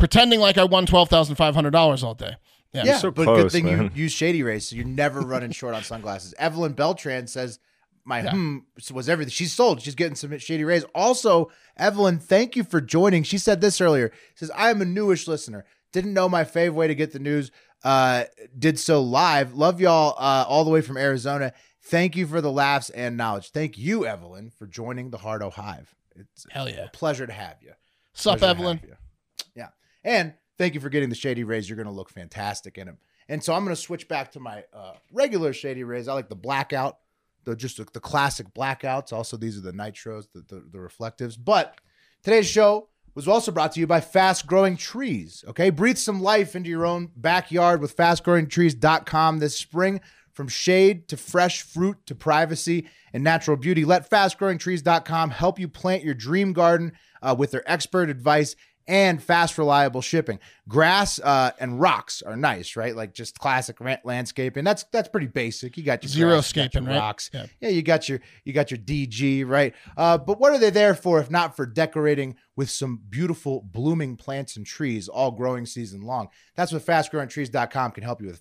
A: pretending like I won twelve thousand five hundred dollars all day. Yeah.
C: Yeah,
B: so
C: but good
B: close,
C: thing
B: man.
C: you use Shady Rays, so you're never running short on sunglasses. [LAUGHS] Evelyn Beltran says, "My hmm was everything." She's sold. She's getting some Shady Rays. Also, Evelyn, thank you for joining. She said this earlier. Says, "I am a newish listener. Didn't know my fave way to get the news. Uh, did so live. Love y'all uh, all the way from Arizona. Thank you for the laughs and knowledge. Thank you, Evelyn, for joining the Hard O Hive. It's
A: Hell yeah.
C: a pleasure to have you."
A: Sup,
C: Pleasure to
A: Evelyn?
C: have you. Yeah. And thank you for getting the Shady Rays. You're going to look fantastic in them. And so I'm going to switch back to my uh, regular Shady Rays. I like the blackout, the just the, the classic blackouts. Also, these are the nitros, the, the, the reflectives. But today's show was also brought to you by Fast Growing Trees. Okay. Breathe some life into your own backyard with fastgrowingtrees.com this spring. From shade to fresh fruit to privacy and natural beauty, let fastgrowingtrees.com help you plant your dream garden uh, with their expert advice and fast, reliable shipping. Grass uh, and rocks are nice, right? Like just classic ra- landscaping. That's that's pretty basic. You got your
A: Zero
C: grass, you got
A: scaping,
C: your
A: right?
C: Rocks.
A: Yeah.
C: Yeah, you got your you got your DG, right? Uh, but what are they there for if not for decorating with some beautiful blooming plants and trees all growing season long? That's what fastgrowingtrees.com can help you with.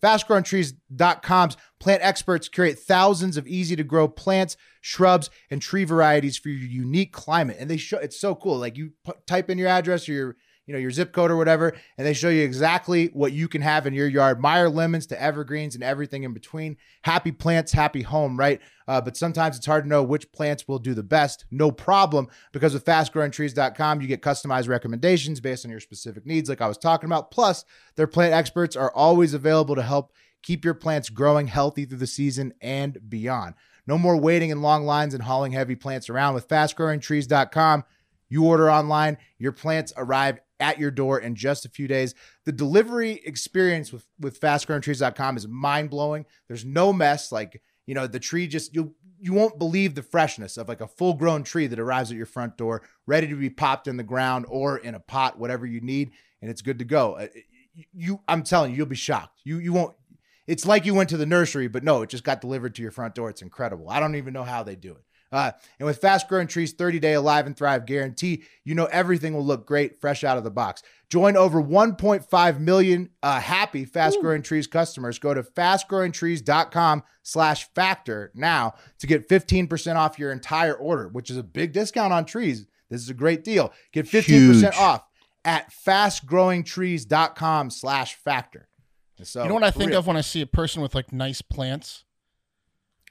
C: Fastgrowingtrees.com's plant experts create thousands of easy to grow plants, shrubs, and tree varieties for your unique climate. And they show it's so cool. Like you put, type in your address or your you know your zip code or whatever, and they show you exactly what you can have in your yard. Meyer lemons to evergreens and everything in between. Happy plants, happy home, right? Uh, but sometimes it's hard to know which plants will do the best. No problem, because with FastGrowingTrees.com, you get customized recommendations based on your specific needs, like I was talking about. Plus, their plant experts are always available to help keep your plants growing healthy through the season and beyond. No more waiting in long lines and hauling heavy plants around with FastGrowingTrees.com. You order online, your plants arrive at your door in just a few days. The delivery experience with with fastgrowingtrees.com is mind-blowing. There's no mess like, you know, the tree just you you won't believe the freshness of like a full-grown tree that arrives at your front door, ready to be popped in the ground or in a pot, whatever you need, and it's good to go. Uh, You I'm telling you, you'll be shocked. You you won't it's like you went to the nursery, but no, it just got delivered to your front door. It's incredible. I don't even know how they do it. Uh, and with Fast Growing Trees 30 Day Alive and Thrive Guarantee, you know everything will look great fresh out of the box. Join over 1.5 million uh, happy Fast Growing Trees customers. Go to fastgrowingtrees.com slash factor now to get 15% off your entire order, which is a big discount on trees. This is a great deal. Get 15%
B: Huge.
C: off at fastgrowingtrees.com slash factor. So,
A: You know what I
C: for
A: think
C: real.
A: of when I see a person with like nice plants?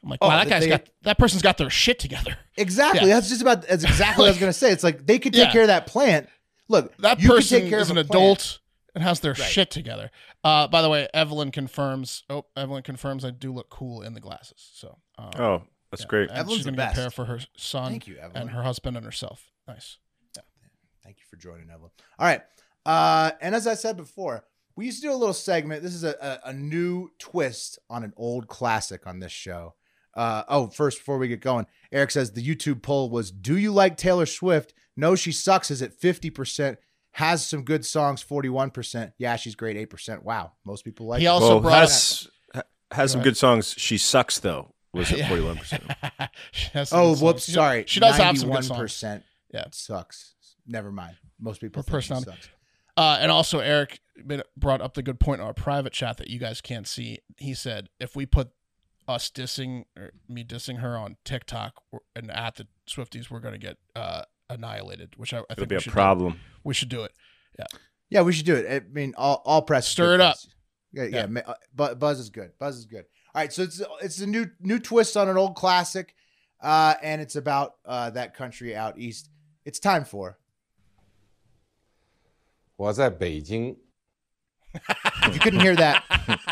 A: I'm like,
C: Oh,
A: wow, that
C: that
A: guy's
C: they-
A: got that person's got their shit together. [LAUGHS]
C: Exactly.
A: Yeah.
C: That's just about
A: [LAUGHS]
C: that's exactly what I was
A: Like-
C: gonna say. It's like they could take
A: Yeah.
C: care of that plant. Look,
A: That
C: you could
A: person
C: take care
A: is
C: of
A: an
C: a plant.
A: adult and has their shit together. Uh, by the way, Evelyn confirms. Oh, Evelyn confirms I do look cool in the glasses. So, um,
B: Oh, that's great.
A: and
C: Evelyn's
A: she's
C: the
A: gonna get a pair
C: best.
A: for her son
C: Thank you, Evelyn.
A: and her husband and herself. Nice.
C: Thank you for joining, Evelyn. All right. Uh, and as I said before, we used to do a little segment. This is a, a, a new twist on an old classic on this show. Uh, oh, first, before we get going, Eric says the YouTube poll was Do you like Taylor Swift? No, she sucks is at 50%, has some good songs, 41%. Yeah, she's great, 8%. Wow. Most people like
A: He
C: her.
A: also
B: Well,
A: brought
B: has, ha- has some good songs. She sucks though. Was
A: [LAUGHS]
B: at forty one percent.
A: She has some
C: Oh,
A: good
C: whoops.
A: songs. She-
C: Sorry.
A: She does have some good songs.
C: 91%
A: Yeah.
C: Sucks. Never mind. Most people
A: Her
C: think she
A: personality.
C: sucks.
A: Uh, and also, Eric made- brought up the good point in our private chat that you guys can't see. He said, if we put us dissing or me dissing her on TikTok or- and at the Swifties, we're going to get uh, annihilated, which I, I
B: It'll
A: think
B: be
A: we
B: a
A: should do.
B: problem.
A: We should do it.
C: Yeah, we should do it. I mean, all all press is
A: Stir
C: good
A: it up.
C: press. Yeah, yeah.
A: Yeah.
C: ma- uh, bu- Buzz is good. Buzz is good. All right, so it's it's a new new twist on an old classic, uh, and it's about uh, that country out east. It's time for.
E: 我在北京
C: If you couldn't hear that,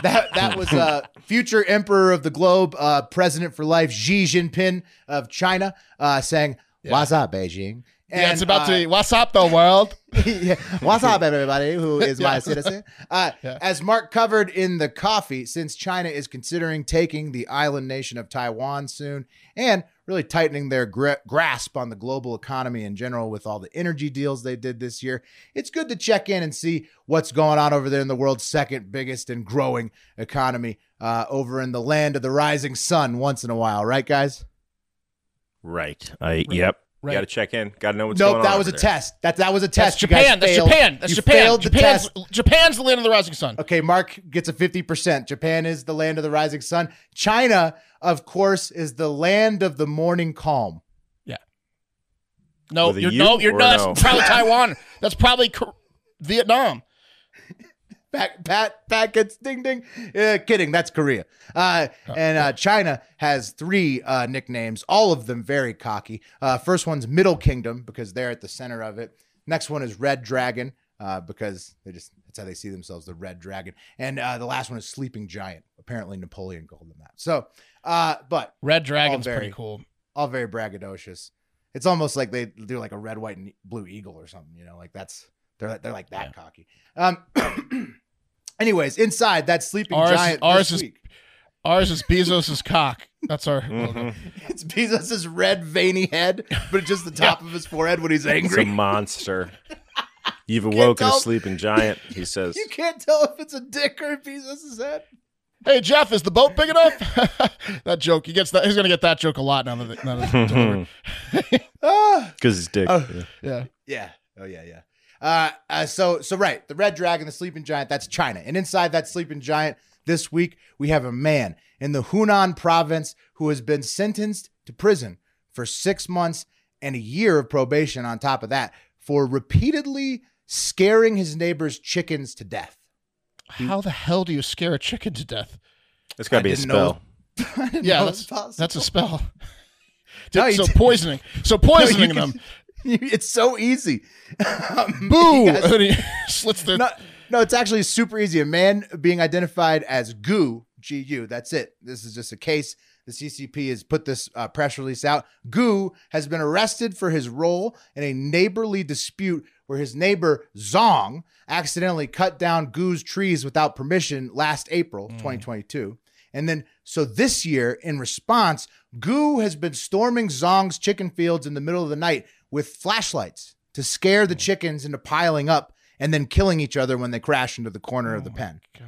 C: that that was uh, future emperor of the globe, uh, president for life, Xi Jinping of China, uh, saying "What's up, Beijing?"
A: yeah, it's about
C: uh,
A: to be, what's up, the world?
C: [LAUGHS] yeah. What's up, everybody
B: [LAUGHS]
C: who is my citizen? Uh,
A: Yeah.
C: As Mark covered in the coffee, since China is considering taking the island nation of Taiwan soon and really tightening their gra- grasp on the global economy in general with all the energy deals they did this year, it's good to check in and see what's going on over there in the world's second biggest and growing economy uh, over in the land of the rising sun once in a while, right, guys?
B: Right. I yep.
A: Right.
B: Got to check in. Got to know what's going
C: nope,
B: on.
C: that was a
B: over there.
C: test. That, that was a
A: That's
C: test. You guys
A: Japan. That's
C: failed.
A: Japan. That's
C: You
A: Japan.
C: failed the
A: Japan's,
C: test.
A: Japan's the land of the rising sun.
C: Okay, Mark gets a 50%. Japan is the land of the rising sun. China, of course, is the land of the morning calm.
A: No,
B: With a
A: you're,
B: U
A: no, you're
B: or
A: not.
B: no?
A: That's probably
B: [LAUGHS]
A: Taiwan. That's probably Cor- Vietnam.
C: Pat, Pat, Pat gets ding ding. Uh, kidding, that's Korea. Uh, and uh, China has three uh, nicknames, all of them very cocky. Uh, first one's Middle Kingdom because they're at the center of it. Next one is Red Dragon uh, because they just that's how they see themselves, the Red Dragon. And uh, the last one is Sleeping Giant. Apparently, Napoleon called them that. So, uh, but
A: Red Dragon's
C: very-
A: pretty cool.
C: all very braggadocious. It's almost like they do like a red, white, and blue eagle or something. You know, like that's they're they're like that cocky. Um, [CLEARS THROAT] anyways, inside that sleeping
A: Ours is-
C: giant.
A: ours
C: this
A: is-
C: week,
A: Ours is Bezos' cock. That's our
B: Mm-hmm.
A: logo.
C: it's Bezos's red veiny head, but just the top of his forehead when he's
B: It's a
C: angry. [LAUGHS]
B: monster. You've awoken a
C: tell-
B: sleeping giant. He
C: [LAUGHS]
B: says. [LAUGHS]
C: You can't tell if it's a dick or Bezos's head.
A: Hey Jeff, is the boat big enough? [LAUGHS] that joke. He gets that. He's gonna get that joke a lot now that.
C: [LAUGHS]
A: Now that it's delivered.
C: Ah,
B: Because Mm-hmm. his dick.
C: Oh.
B: yeah.
A: yeah.
C: yeah. Oh yeah, yeah. Uh, uh, so so right, the red dragon, the sleeping giant, that's China, and inside that sleeping giant, this week we have a man in the Hunan province who has been sentenced to prison for six months and a year of probation on top of that for repeatedly scaring his neighbor's chickens to death. [LAUGHS]
A: How the hell do you scare a chicken to death?
B: That's got
C: I
B: to be a
C: didn't know.
B: spell.
C: I didn't
A: Yeah,
C: know
A: that's
C: it was
A: that's a spell.
C: [LAUGHS] No, you
A: so
C: did-
A: poisoning. So
C: [LAUGHS]
A: poisoning
C: No, you
A: them.
C: possible. it's so easy. [LAUGHS] Um, [LAUGHS]
A: Boo!
C: you guys-
A: and he [LAUGHS] slits their.
C: no, no, it's actually super easy. A man being identified as Goo, G U, that's it. This is just a case. The CCP has put this uh, press release out. Goo has been arrested for his role in a neighborly dispute where his neighbor Zong accidentally cut down Goo's trees without permission last April
B: Hmm.
C: 2022. And then, so this year, in response, Goo has been storming Zong's chicken fields in the middle of the night with flashlights to scare the
B: Hmm.
C: chickens into piling up and then killing each other when they crash into the corner
B: Oh
C: of the pen.
A: God.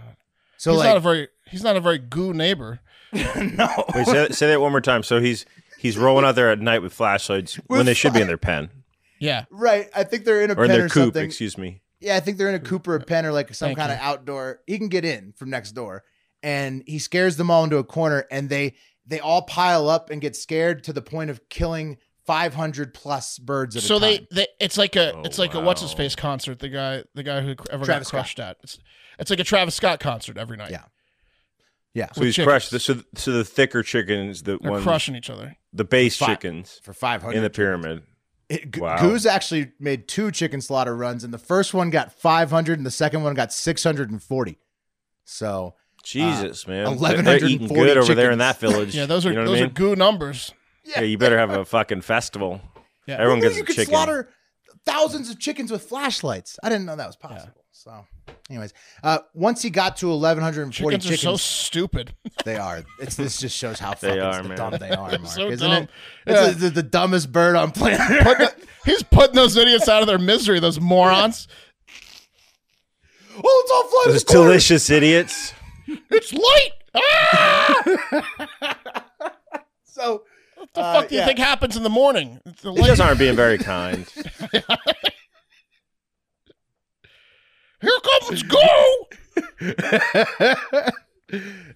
C: So,
A: he's
C: like,
A: not
B: [LAUGHS]
A: a very. He's not a very goo neighbor.
C: no.
B: Wait, say, that- say that one more time. So he's he's rolling out there at night
C: [LAUGHS]
B: with flashlights when
C: With
B: they should be
C: fla-
B: in their pen
A: Yeah.
C: Right. I think they're in a
B: or in
C: pen
B: their
C: or
B: coop.
C: something.
B: Excuse me.
C: Yeah, I think they're in a coop or a pen or like some
A: Thank
C: kind of
A: you.
C: outdoor. He can get in from next door, and he scares them all into a corner, and they they all pile up and get scared to the point of killing 500 plus birds at
A: so
C: a time.
A: they, they it's like a
B: Oh,
A: it's like a what's his
B: wow.
A: face concert the guy the guy who ever
C: Travis
A: got crushed at it's it's like a Travis Scott concert every night
C: Yeah. yeah,
B: So
A: With
B: he's
A: chickens.
B: crushed. The, so, th- so the thicker chickens, the
A: they're
B: ones,
A: crushing each other
B: the base
C: Fi-
B: chickens
C: for 500
B: in the pyramid.
C: It, G-
B: Wow.
C: Goose actually made two chicken slaughter runs, and the first one got 500, and the second one got 640. So
B: Jesus,
C: Uh,
B: man. They're- They're
C: 1140
B: eating good over there
C: chickens.
B: in
C: [LAUGHS]
B: that village.
A: Yeah, those are
B: you know what I
A: those are
B: mean?
A: goo numbers.
B: Yeah, you better have a fucking festival.
A: Yeah.
B: Everyone
C: Well,
B: gets
C: you
B: a
C: could
B: chicken.
C: slaughter thousands of chickens with flashlights. I didn't know that was possible. So, anyways, uh, once he got to 1,140
A: Chickens
C: chickens,
A: are so stupid.
C: they are. It's, this just shows how
B: [LAUGHS] They
C: fucking
B: are, man.
C: dumb they
A: [LAUGHS]
C: are, Mark,
A: so
C: isn't
A: dumb.
C: it? It's the, the dumbest bird on
A: [LAUGHS]
C: planet. Earth.
A: Putting- he's putting those idiots out of their misery. Those morons.
C: well, Oh, it's all [LAUGHS] flying.
B: Those delicious idiots.
A: It's light. Ah!
C: So,
A: What the fuck do you
C: yeah.
A: think happens in the morning? It's the
B: They
A: light.
B: just aren't being very kind.
A: Here comes
C: [LAUGHS]
A: goo.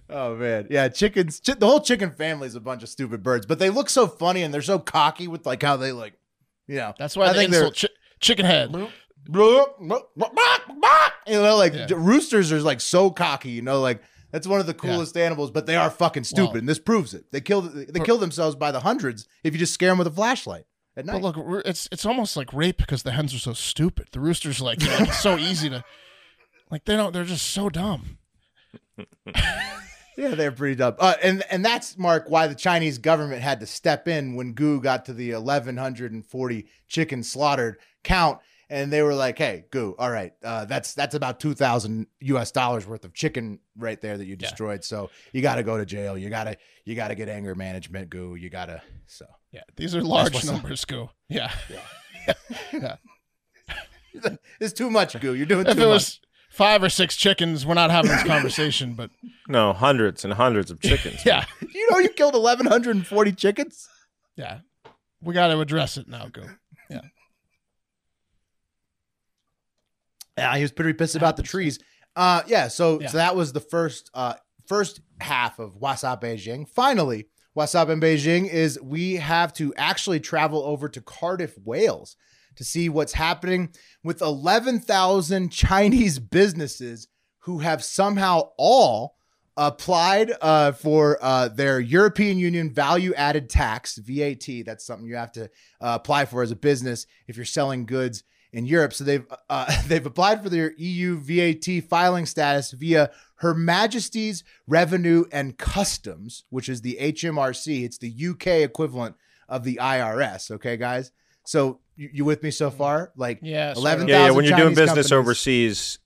C: oh man, yeah, chickens. Chi- the whole chicken family is a bunch of stupid birds, but they look so funny and they're so cocky with like how they like, you know.
A: That's why I they
C: think they're
A: insult chi- chicken head.
C: [LAUGHS] you know like
A: Yeah.
C: d- roosters are like so cocky. You know, like that's one of the coolest animals, but they are fucking stupid,
A: Well-
C: and this proves it. They kill they kill themselves by the hundreds if you just scare them with a flashlight at night.
A: But look, we're- it's it's almost like rape because the hens are so stupid. The roosters like, you know, it's so easy to like they don't. They're just so dumb.
C: Yeah, they're pretty dumb. Uh, and and that's Mark why the Chinese government had to step in when Gu got to the 1140 chickens slaughtered count, and they were like, "Hey, Gu, all right, uh, that's that's about 2,000 U.S. dollars worth of chicken right there that you destroyed. So you got to go to jail. You gotta you gotta get anger management, Gu. You gotta so."
A: Yeah, these are large
C: what's up.
A: numbers, goo. Yeah.
C: It's too much, Goo. You're doing too
A: If it
C: much.
A: was five or six chickens, we're not having this conversation. But
B: No, hundreds and hundreds
C: [LAUGHS]
B: of chickens.
A: yeah,
C: you know, you killed 1,140 chickens.
A: yeah, we got to address it now, goo.
C: Yeah, he was pretty pissed about the trees. Uh, yeah, so
A: Yeah.
C: so that was the first uh first half of What's Up Beijing. Finally, What's Up in Beijing is we have to actually travel over to Cardiff, Wales, to see what's happening with eleven thousand Chinese businesses who have somehow all applied uh, for uh, their European Union value added tax VAT. That's something you have to uh, apply for as a business if you're selling goods in Europe. So they've uh, [LAUGHS] they've applied for their E EU VAT filing status via Her Majesty's Revenue and Customs, which is the HMRC. It's the UK equivalent of the IRS. Okay, guys. So you, you with me so far? Like
A: Yeah, sort of.
C: eleven thousand.
B: yeah, yeah. When you're doing
C: Chinese
B: business
C: companies-
B: overseas,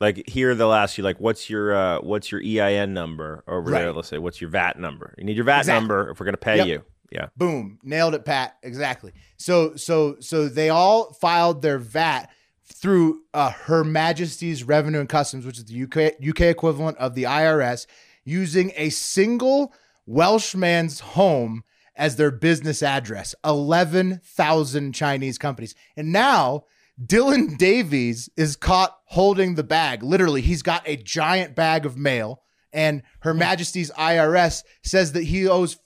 B: like here they'll ask you like, "What's your uh, what's your EIN number over there?"
C: Right.
B: Let's say, "What's your VAT number?" You need your VAT
C: Exactly.
B: number if we're gonna pay
C: Yep.
B: you. Yeah,
C: Boom, nailed it, Pat. Exactly. So, so, so they all filed their VAT through uh, Her Majesty's Revenue and Customs, which is the UK UK equivalent of the IRS, using a single Welshman's home as their business address. Eleven thousand Chinese companies, and now Dylan Davies is caught holding the bag. Literally, he's got a giant bag of mail, and Her
B: Hmm.
C: Majesty's IRS says that he owes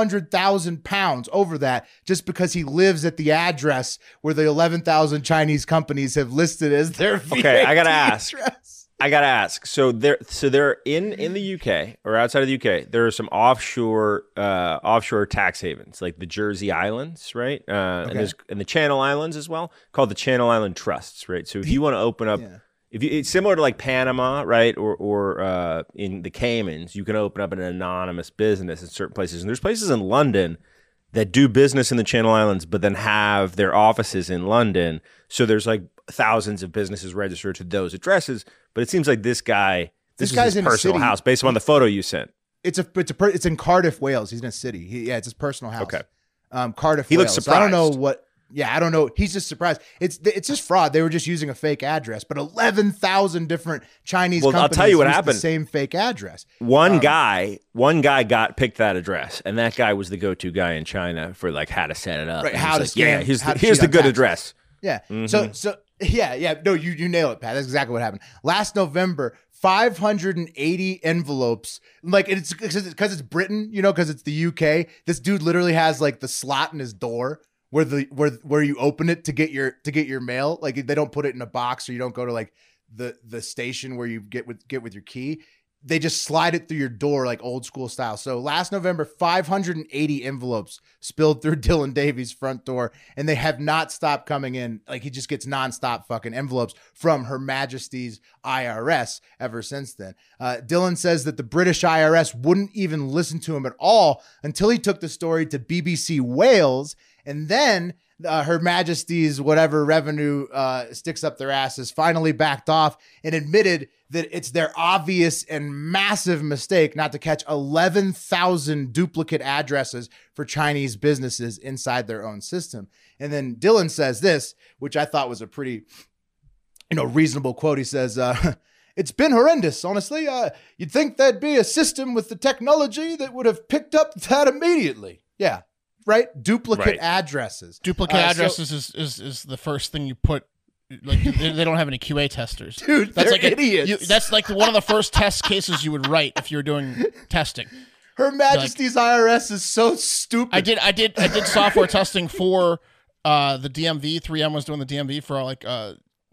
C: 500,000 pounds over that just because he lives at the address where the 11,000 Chinese companies have listed as their
B: Okay, I gotta
C: VAT
B: ask.
C: address.
B: I gotta ask. So there, so there in in the UK or outside of the UK, there are some offshore uh, offshore tax havens like the Jersey Islands, right? Uh,
C: Okay.
B: and, there's, and the Channel Islands as well, called the Channel Island Trusts, right? So if you want to open up,
C: Yeah.
B: if you, it's similar to like Panama, right, or or uh, in the Caymans, you can open up an anonymous business in certain places, and there's places in London that do business in the Channel Islands, but then have their offices in London. So there's like thousands of businesses registered to those addresses. But it seems like this guy,
C: This
B: this, is
C: guy's
B: his
C: in a
B: personal
C: city.
B: house based on the photo you sent.
C: It's a it's a per- it's in Cardiff, Wales. He's in a city. He, yeah, it's his personal house.
B: Okay.
C: um, Cardiff.
B: He
C: Wales.
B: looks
C: So I don't know
B: surprised.
C: what. Yeah, I don't know. He's just surprised. It's it's just fraud. They were just using a fake address, but eleven thousand different Chinese.
B: Well, I'll
C: companies
B: tell you what
C: used the
B: happened.
C: same fake address.
B: One guy, one guy got picked that address, and that guy was the go-to guy in China for like how to set it up.
C: Right,
B: And
C: how
B: he's
C: to
B: like, yeah,
C: scam-
B: here's
C: how
B: the,
C: to
B: here's
C: cheat
B: the
C: on
B: good
C: taxes.
B: address.
C: Yeah. So so yeah, yeah. No, you you nail it, Pat. That's exactly what happened. Last November, 580 envelopes. Like and it's because it's, 'cause it's Britain, you know, because it's the UK. This dude literally has like the slot in his door where the where where you open it to get your to get your mail. Like they don't put it in a box, or you don't go to like the the station where you get with get with your key. they just slide it through your door like old school style. So last November, 580 envelopes spilled through [LAUGHS] Dylan Davies' front door, and they have not stopped coming in. Like he just gets nonstop fucking envelopes from Her Majesty's IRS ever since then. Uh, Dylan says that the British IRS wouldn't even listen to him at all until he took the story to BBC Wales, and then uh, Her Majesty's whatever revenue uh, sticks up their asses finally backed off and admitted that it's their obvious and massive mistake not to catch 11,000 duplicate addresses for Chinese businesses inside their own system. And then Dylan says this, which I thought was a pretty you know reasonable quote. He says, uh, [LAUGHS] "It's been horrendous, honestly. Uh, you'd think there'd be a system with the technology that would have picked up that immediately." Yeah. Right, duplicate
B: Right.
C: addresses.
A: Duplicate
C: Uh, so-
A: addresses is, is is the first thing you put. Like they, they don't have any QA testers,
C: Dude, they're
A: like a-
C: idiots.
A: you- that's like one of the first test cases you would write if you were doing testing.
C: Her Majesty's IRS is so stupid.
A: I did, I did, I did software testing for uh, the DMV. 3M was doing the DMV for like uh,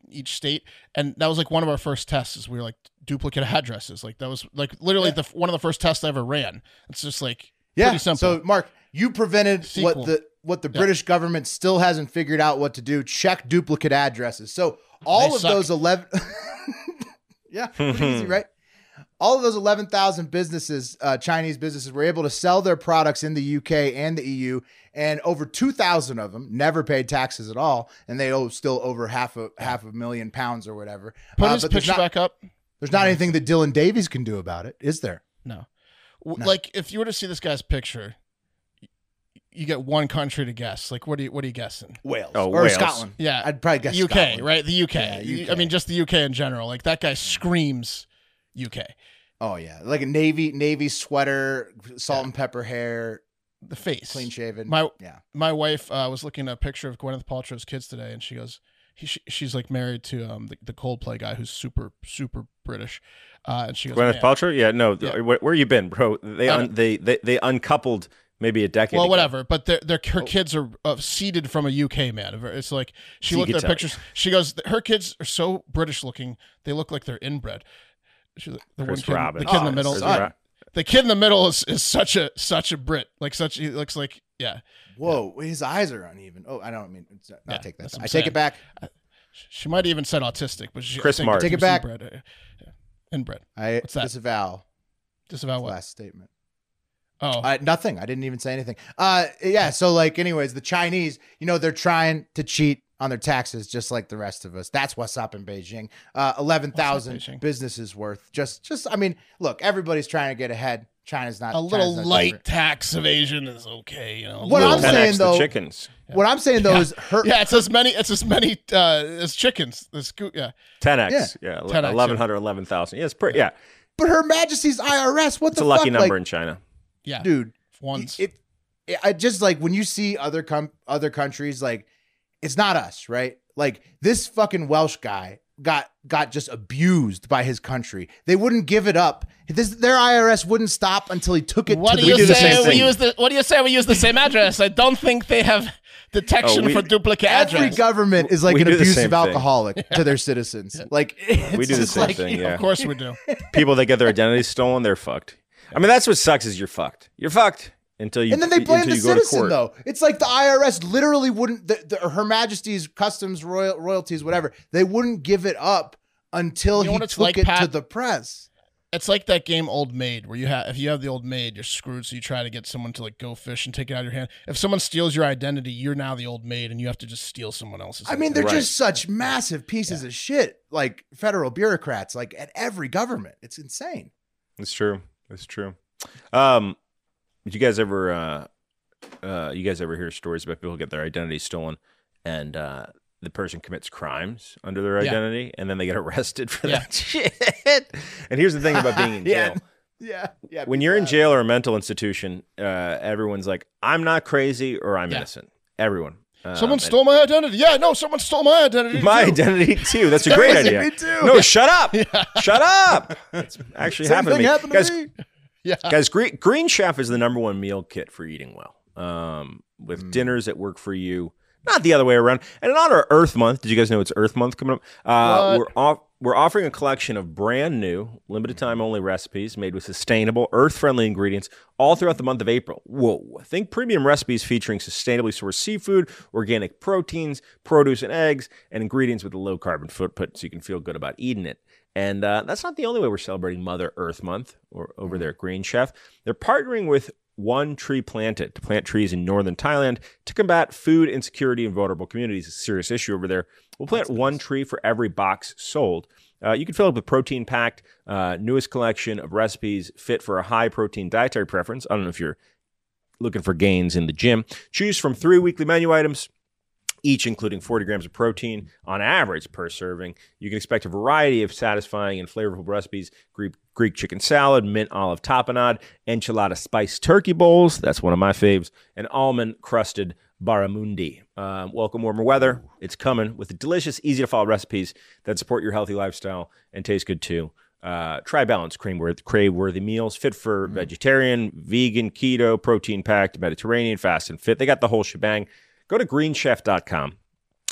A: each state, and that was like one of our first tests. Is we were like duplicate addresses. Like that was like literally the one of the first tests I ever ran. It's just like
C: yeah.
A: pretty simple.
C: So, Mark, you prevented
A: Sequel.
C: what the what the British government still hasn't figured out what to do. Check duplicate addresses. So all
A: They
C: of
A: suck.
C: those eleven. [LAUGHS] yeah, pretty easy, right? All of those 11,000 businesses, uh, Chinese businesses, were able to sell their products in the UK and the EU, and over 2,000 of them never paid taxes at all, and they owe still over half a half a million pounds or whatever.
A: put
C: Uh,
A: his
C: but there's
A: picture
C: not-
A: back up.
C: There's not anything that Dylan Davies can do about it, is there?
A: No. W Like if you were to see this guy's picture, y- you get one country to guess. Like what are you what are you guessing?
C: Wales
B: Oh,
C: or
B: Wales.
C: Scotland.
A: Yeah.
C: I'd probably guess
A: UK,
C: Scotland.
A: right? The UK.
C: Yeah,
A: You- I
C: UK.
A: mean just the UK in general. Like that guy screams UK.
C: Oh yeah, like a navy navy sweater, salt and pepper hair,
A: The face.
C: clean shaven.
A: My
C: yeah,
A: my wife uh, was looking at a picture of Gwyneth Paltrow's kids today, and she goes, he, she, she's like married to um the, the Coldplay guy who's super super British, uh, and she goes,
B: Gwyneth
A: "Man."
B: Paltrow? Yeah, no. th-
A: Yeah.
B: Where, where you been, bro? They,
A: I
B: un,
A: know.
B: they they they uncoupled maybe a decade.
A: Well,
B: ago.
A: whatever. But they're, they're,
B: Oh.
A: her kids are uh, seeded from a UK man. It's like she
B: See,
A: looked at
B: it's
A: their
B: a-
A: pictures. She goes, her kids are so British looking. They look like they're inbred. She's like, the, one
B: Chris
A: kid, the
B: Robin.
A: kid in the
C: Oh,
A: middle. uh,
B: Chris
C: son.
B: Ro-
A: The kid in the middle is, is such a such a Brit. Like such, he looks like yeah.
C: whoa, his eyes are uneven. Oh, I don't mean. It's not,
A: Yeah,
C: take that.
A: that's
C: back.
A: what
C: I
A: I'm
C: take
A: saying.
C: it back.
A: She might have even said autistic, but she, I
B: Chris
A: think
B: Martin.
A: she
C: Take it
A: was
C: back.
A: Inbred. Uh, yeah. Inbred.
C: I
A: What's that?
C: disavow
A: Just about
C: the
A: what?
C: last statement.
A: Oh,
C: Uh, nothing. I didn't even say anything. Uh, yeah. So like, anyways, the Chinese, you know, they're trying to cheat on their taxes just like the rest of us. That's what's up in Beijing. Uh, eleven thousand
A: Beijing?
C: businesses worth. Just, just. I mean, look, everybody's trying to get ahead. China's not
A: a little
C: China's not
A: light
C: different.
A: tax evasion is okay. You know,
C: What
B: Little
C: I'm saying,
B: 10X the
C: though-
B: chickens.
C: What I'm saying though
A: Yeah.
C: is her.
A: yeah, it's as many. It's as many uh, as chickens. This goo- yeah.
B: 10x. Yeah,
A: 10X, yeah.
B: 1100, 11,000. Yeah, it's pretty. Yeah,
C: But Her Majesty's IRS. What
B: it's
C: the
B: a lucky
C: fuck?
B: number
C: like,
B: in China.
A: Yeah,
C: dude.
A: Once.
C: It, it, I just like when you see other com- other countries, like it's not us, right? Like this fucking Welsh guy got got just abused by his country. They wouldn't give it up. This their IRS wouldn't stop until he took it.
A: what
C: to
A: do
C: the
A: you
B: do the
A: say
B: same
A: we
B: thing.
A: use the What do you say we use the same address? I don't think they have detection
B: Oh, we-
A: for duplicate
C: Every
A: address.
C: government is like
B: We
C: an
B: do the same
C: abusive
B: thing.
C: alcoholic to their
B: [LAUGHS]
C: citizens. Like it's
B: We do the
C: just
B: same
C: like,
B: thing.
C: you know,
B: Yeah.
A: of course we do.
B: People that get their identity stolen, they're fucked. I mean, that's what sucks is you're fucked. You're fucked until you
C: And then they blame the
B: until you go to
C: citizen,
B: court.
C: though. It's like the IRS literally wouldn't, the, the, Her Majesty's customs, royal, royalties, whatever, they wouldn't give it up until
A: You know
C: he
A: what it's
C: took
A: like,
C: it to
A: Pat?
C: the press.
A: It's like that game Old Maid, where you have if you have the Old Maid, you're screwed. So you try to get someone to like go fish and take it out of your hand. If someone steals your identity, you're now the Old Maid, and you have to just steal someone else's.
C: I mean, they're
B: Right.
C: just such massive pieces of shit, like federal bureaucrats, like at every government. It's insane.
B: It's true. It's true. Um, did you guys ever, uh, uh, you guys ever hear stories about people who get their identity stolen and, uh, the person commits crimes under their
A: Yeah.
B: identity and then they get arrested for
A: Yeah.
B: that [LAUGHS] shit. And here's the thing about being
C: [LAUGHS]
B: in
C: Yeah.
B: jail.
C: Yeah. Yeah.
B: when you're in jail or a mental institution, uh, everyone's like, I'm not crazy or I'm
A: Yeah.
B: innocent. Everyone. Um,
C: Uh,
A: someone
B: and
A: stole my identity. Yeah, no, someone stole my identity.
B: my
A: too.
B: identity
C: [LAUGHS]
B: too. That's a great
C: was
B: idea.
C: me too.
B: No, shut
C: [LAUGHS]
B: up. Shut up. It's actually
C: Same
B: happened to
C: thing
B: me.
C: happened to
B: guys,
C: me.
B: guys, Green, Green Chef is the number one meal kit for eating well. Um, with dinners that work for you, not the other way around. And in honor of Earth Month, did you guys know it's Earth Month coming up? Uh, we're off. We're offering a collection of brand new, limited time only recipes made with sustainable, earth friendly ingredients all throughout the month of April. Whoa. Think premium recipes featuring sustainably sourced seafood, organic proteins, produce and eggs, and ingredients with a low carbon footprint so you can feel good about eating it. And uh, that's not the only way we're celebrating Mother Earth Month or over there at Green Chef. They're partnering with One Tree Planted to plant trees in northern Thailand to combat food insecurity in vulnerable communities. It's a serious issue over there. We'll plant one tree for every box sold. Uh, you can fill up the protein packed uh, newest collection of recipes fit for a high protein dietary preference. I don't know if you're looking for gains in the gym. Choose from three weekly menu items each including 40 grams of protein on average per serving. You can expect a variety of satisfying and flavorful recipes Greek, Greek chicken salad, mint olive tapenade, enchilada spice turkey bowls. That's one of my faves, and almond crusted barramundi. Um, welcome warmer weather. It's coming with delicious, easy to follow recipes that support your healthy lifestyle and taste good too. Uh, try balanced crave worthy, crave worthy meals fit for vegetarian, vegan, keto, protein packed, Mediterranean, fast and fit. They got the whole shebang go to greenchef.com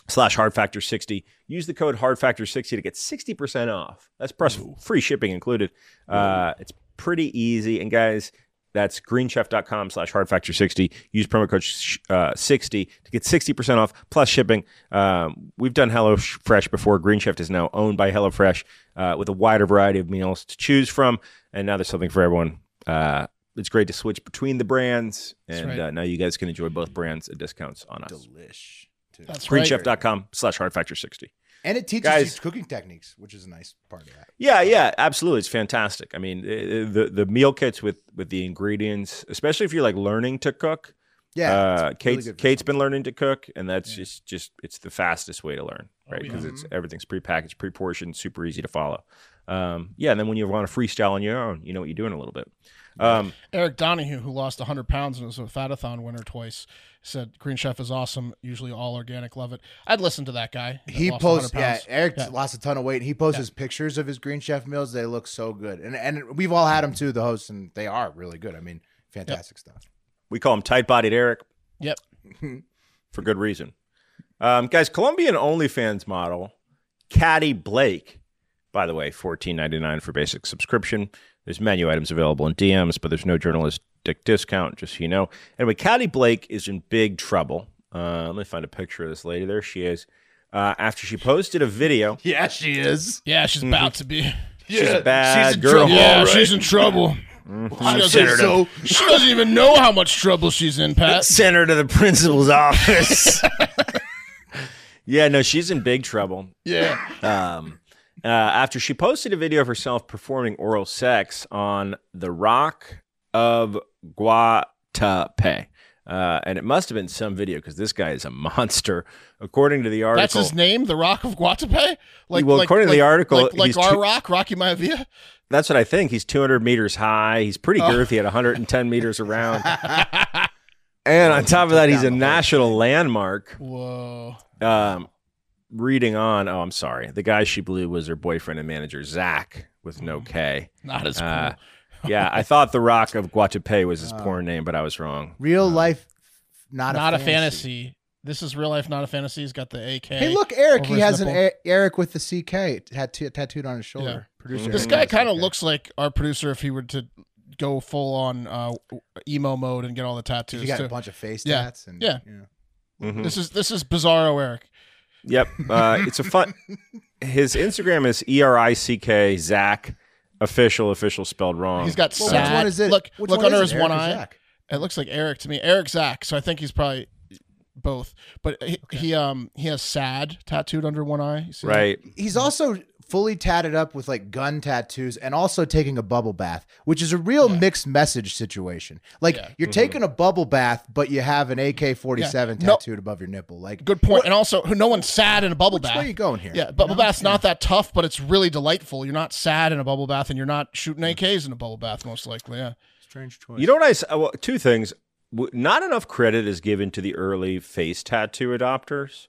B: slash hardfactor60 use the code hardfactor60 to get 60% off that's plus free shipping included uh, it's pretty easy and guys that's greenchef.com slash hardfactor60 use promo code sh- uh, 60 to get 60% off plus shipping um, we've done HelloFresh before green chef is now owned by HelloFresh uh, with a wider variety of meals to choose from and now there's something for everyone uh, it's great to switch between the brands and
A: right.
B: uh, now you guys can enjoy both brands at discounts on us
C: Delish. too.
A: That's right.
B: greenchef.com slash hard factor 60
C: And it teaches
B: Guys.
C: you cooking techniques, which is a nice part of that.
B: yeah yeah absolutely it's fantastic i mean eh, eh, the the meal kits with with the ingredients especially if you're like learning to cook
C: Yeah.
B: uh,
C: it's really
B: Kate's
C: good for
B: Kate's
C: some-
B: been learning to cook, and that's just just it's the fastest way to learn,
C: Oh,
B: right?
A: yeah.
B: Because it's everything's prepackaged, pre-portioned, super easy to follow. Um, yeah, and then when you want to freestyle on your own, you know what you're doing a little bit. Um,
A: Eric Donahue, who lost 100 pounds and was a fatathon winner twice, said Green Chef is awesome. Usually all organic, love it. I'd listen to that guy. that
C: He
A: lost 100
C: posts, yeah.
A: pounds.
C: Eric
A: Yeah.
C: lost a ton of weight. and He posts his pictures of his Green Chef meals. They look so good, and and we've all had them too, the hosts, and they are really good. I mean, fantastic stuff.
B: we call him tight-bodied Eric
A: Yep.
B: [LAUGHS] for good reason. Um, guys, Colombian OnlyFans model Caddy Blake, by the way, fourteen ninety nine for basic subscription. There's menu items available in DMs, but there's no journalistic discount, just so you know. Anyway, Caddy Blake is in big trouble. Uh, let me find a picture of this lady. There she is. Uh, after she posted a video,
C: Yeah, she is.
A: Yeah, she's about to be.
B: she's a bad Mm-hmm.
A: [LAUGHS]
B: girl. Mm-hmm.
A: Yeah, she's in trouble. She, doesn't,
B: Senator.
A: she doesn't even know how much trouble she's in, Pat.
B: Send her to the principal's office. [LAUGHS] yeah, no, she's in big trouble.
A: Yeah.
B: um, uh, after she posted a video of herself performing oral sex on the rock of Guatape. Uh, and it must have been some video because this guy is a [LAUGHS] monster, according to the article.
A: That's his name, The Rock of Guatape? Like,
B: Well, according to the article,
A: like, like
B: he's
A: our
B: tw-
A: rock, Rocky Maivia?
B: That's what I think. He's 200 meters high. He's pretty
A: Oh.
B: girthy at 110
A: [LAUGHS]
B: meters around. and on top of that, he's a national landmark.
A: Whoa.
B: Um, reading on, oh, I'm sorry. The guy she blew was her boyfriend and manager, Zach, with no
A: Mm-hmm.
B: K.
A: Not as cool.
B: Uh, [LAUGHS] yeah, I thought The Rock of Guatape was his
A: Uh,
B: porn name, but I was wrong.
C: Real life, not
A: not
C: a
A: a fantasy. This is real life, not a fantasy. He's got the AK.
C: Hey, look, Eric.
A: Over
C: He
A: his
C: has an
A: nipple.
C: E- Eric with the CK tattoo- tattooed on his shoulder. Producer.
A: This
C: Eric
A: guy
C: with the
A: kind of
C: CK.
A: looks like our producer if he were to go full on uh, emo mode and get all the tattoos.
C: He got a
A: too.
C: bunch of face
A: Yeah.
C: tats and
A: Yeah.
B: Mhm.
A: This is this is Bizarro Eric.
B: Yep,
A: [LAUGHS]
B: uh, it's a fun. His Instagram is E R I C K Zach official official spelled wrong.
A: He's got
C: Well,
A: sad.
C: which one is it?
A: Look,
C: Which
A: look
C: one
A: under
C: is
A: his
C: it,
A: one
C: Eric or
A: eye.
C: Zach?
A: It looks like Eric to me. Eric Zach. So I think he's probably both. But he, he um he has sad tattooed under one eye. You see that?
B: right.
C: He's also fully tatted up with like gun tattoos and also taking a bubble bath, which is a real mixed message situation. Like
A: Yeah.
C: you're taking a bubble bath, but you have an AK 47
A: Yeah. No-
C: tattooed above your nipple. Like,
A: Good point. And also, who no one's sad in a bubble
C: which
A: bath.
C: way are you going here?
A: Yeah, bubble bath's not that tough, but it's really delightful. You're not sad in a bubble bath, and you're not shooting
C: Mm.
A: AKs in a bubble bath, most likely. Yeah.
C: Strange choice.
B: You know what I? s- uh, Well, two things. W- Not enough credit is given to the early face tattoo adopters.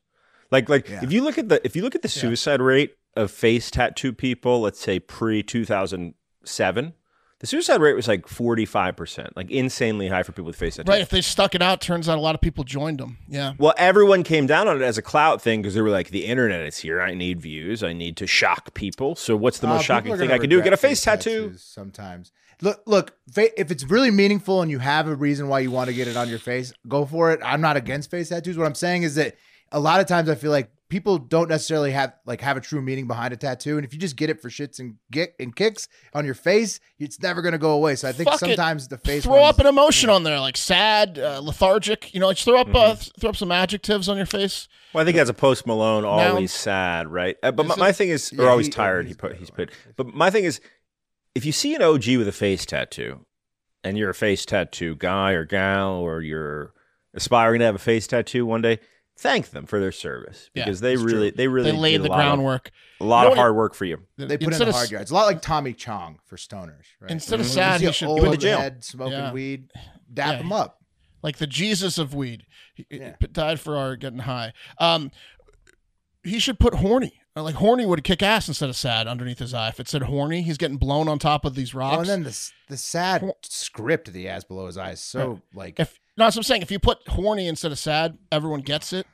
B: Like, like if you look at the if you look at the suicide rate of face tattoo people, let's say pre two thousand seven, The suicide rate was like forty five percent, like insanely high for people with face
A: Right.
B: tattoos.
A: If they stuck it out, turns out a lot of people joined them. Yeah.
B: Well, everyone came down on it as a clout thing because they were like, "The internet is here. I need views. I need to shock people. So, what's
C: Uh,
B: the most shocking thing I can do? Get a face tattoo."
C: Sometimes, look, look. Fa- if it's really meaningful and you have a reason why you want to get it on your face, go for it. I'm not against face tattoos. What I'm saying is that a lot of times I feel like people don't necessarily have like have a true meaning behind a tattoo, and if you just get it for shits and get and kicks on your face, it's never gonna go away. So I think
A: Fuck it.
C: sometimes the face
A: Throw
C: ones-
A: up an emotion on there, like sad, uh, lethargic. You know, just throw up uh, th-
C: Mm-hmm.
A: throw up some adjectives on your face.
B: Well, I think that's a Post Malone always
A: Now-
B: sad, right? Uh, but
A: Is
B: my,
A: it-
B: my thing is,
C: Yeah,
B: or
A: uh,
B: always
C: he-
B: tired. He
C: he's
B: put
C: better
B: he's
C: on
B: put. But my thing is, if you see an OG with a face tattoo, and you're a face tattoo guy or gal, or you're aspiring to have a face tattoo one day, thank them for their service
A: Yeah,
B: because they
A: it's
B: really they really
A: They laid
B: did
A: the
B: a lot of-
A: groundwork.
B: a lot
A: You
B: of
A: know what-
B: hard work for you.
C: They put in
A: Instead
C: the
A: of
C: hard
A: s-
C: yard. It's a lot like Tommy Chong for stoners, right?
A: Instead of
C: You
A: sad,
C: see
A: he
C: an
A: should
C: old
B: went to jail.
C: head smoking
A: Yeah.
C: weed. Dap
A: Yeah.
C: him up.
A: like the Jesus of weed. He, he
C: Yeah.
A: died for our getting high. Um, he should put horny. Uh, Like horny would kick ass instead of sad underneath his eye. If it said horny, he's getting blown on top of these rocks.
C: Oh, and then the s- the sad script that he has below his eyes, so like
A: if no, that's what I'm saying. If you put horny instead of sad, everyone gets it.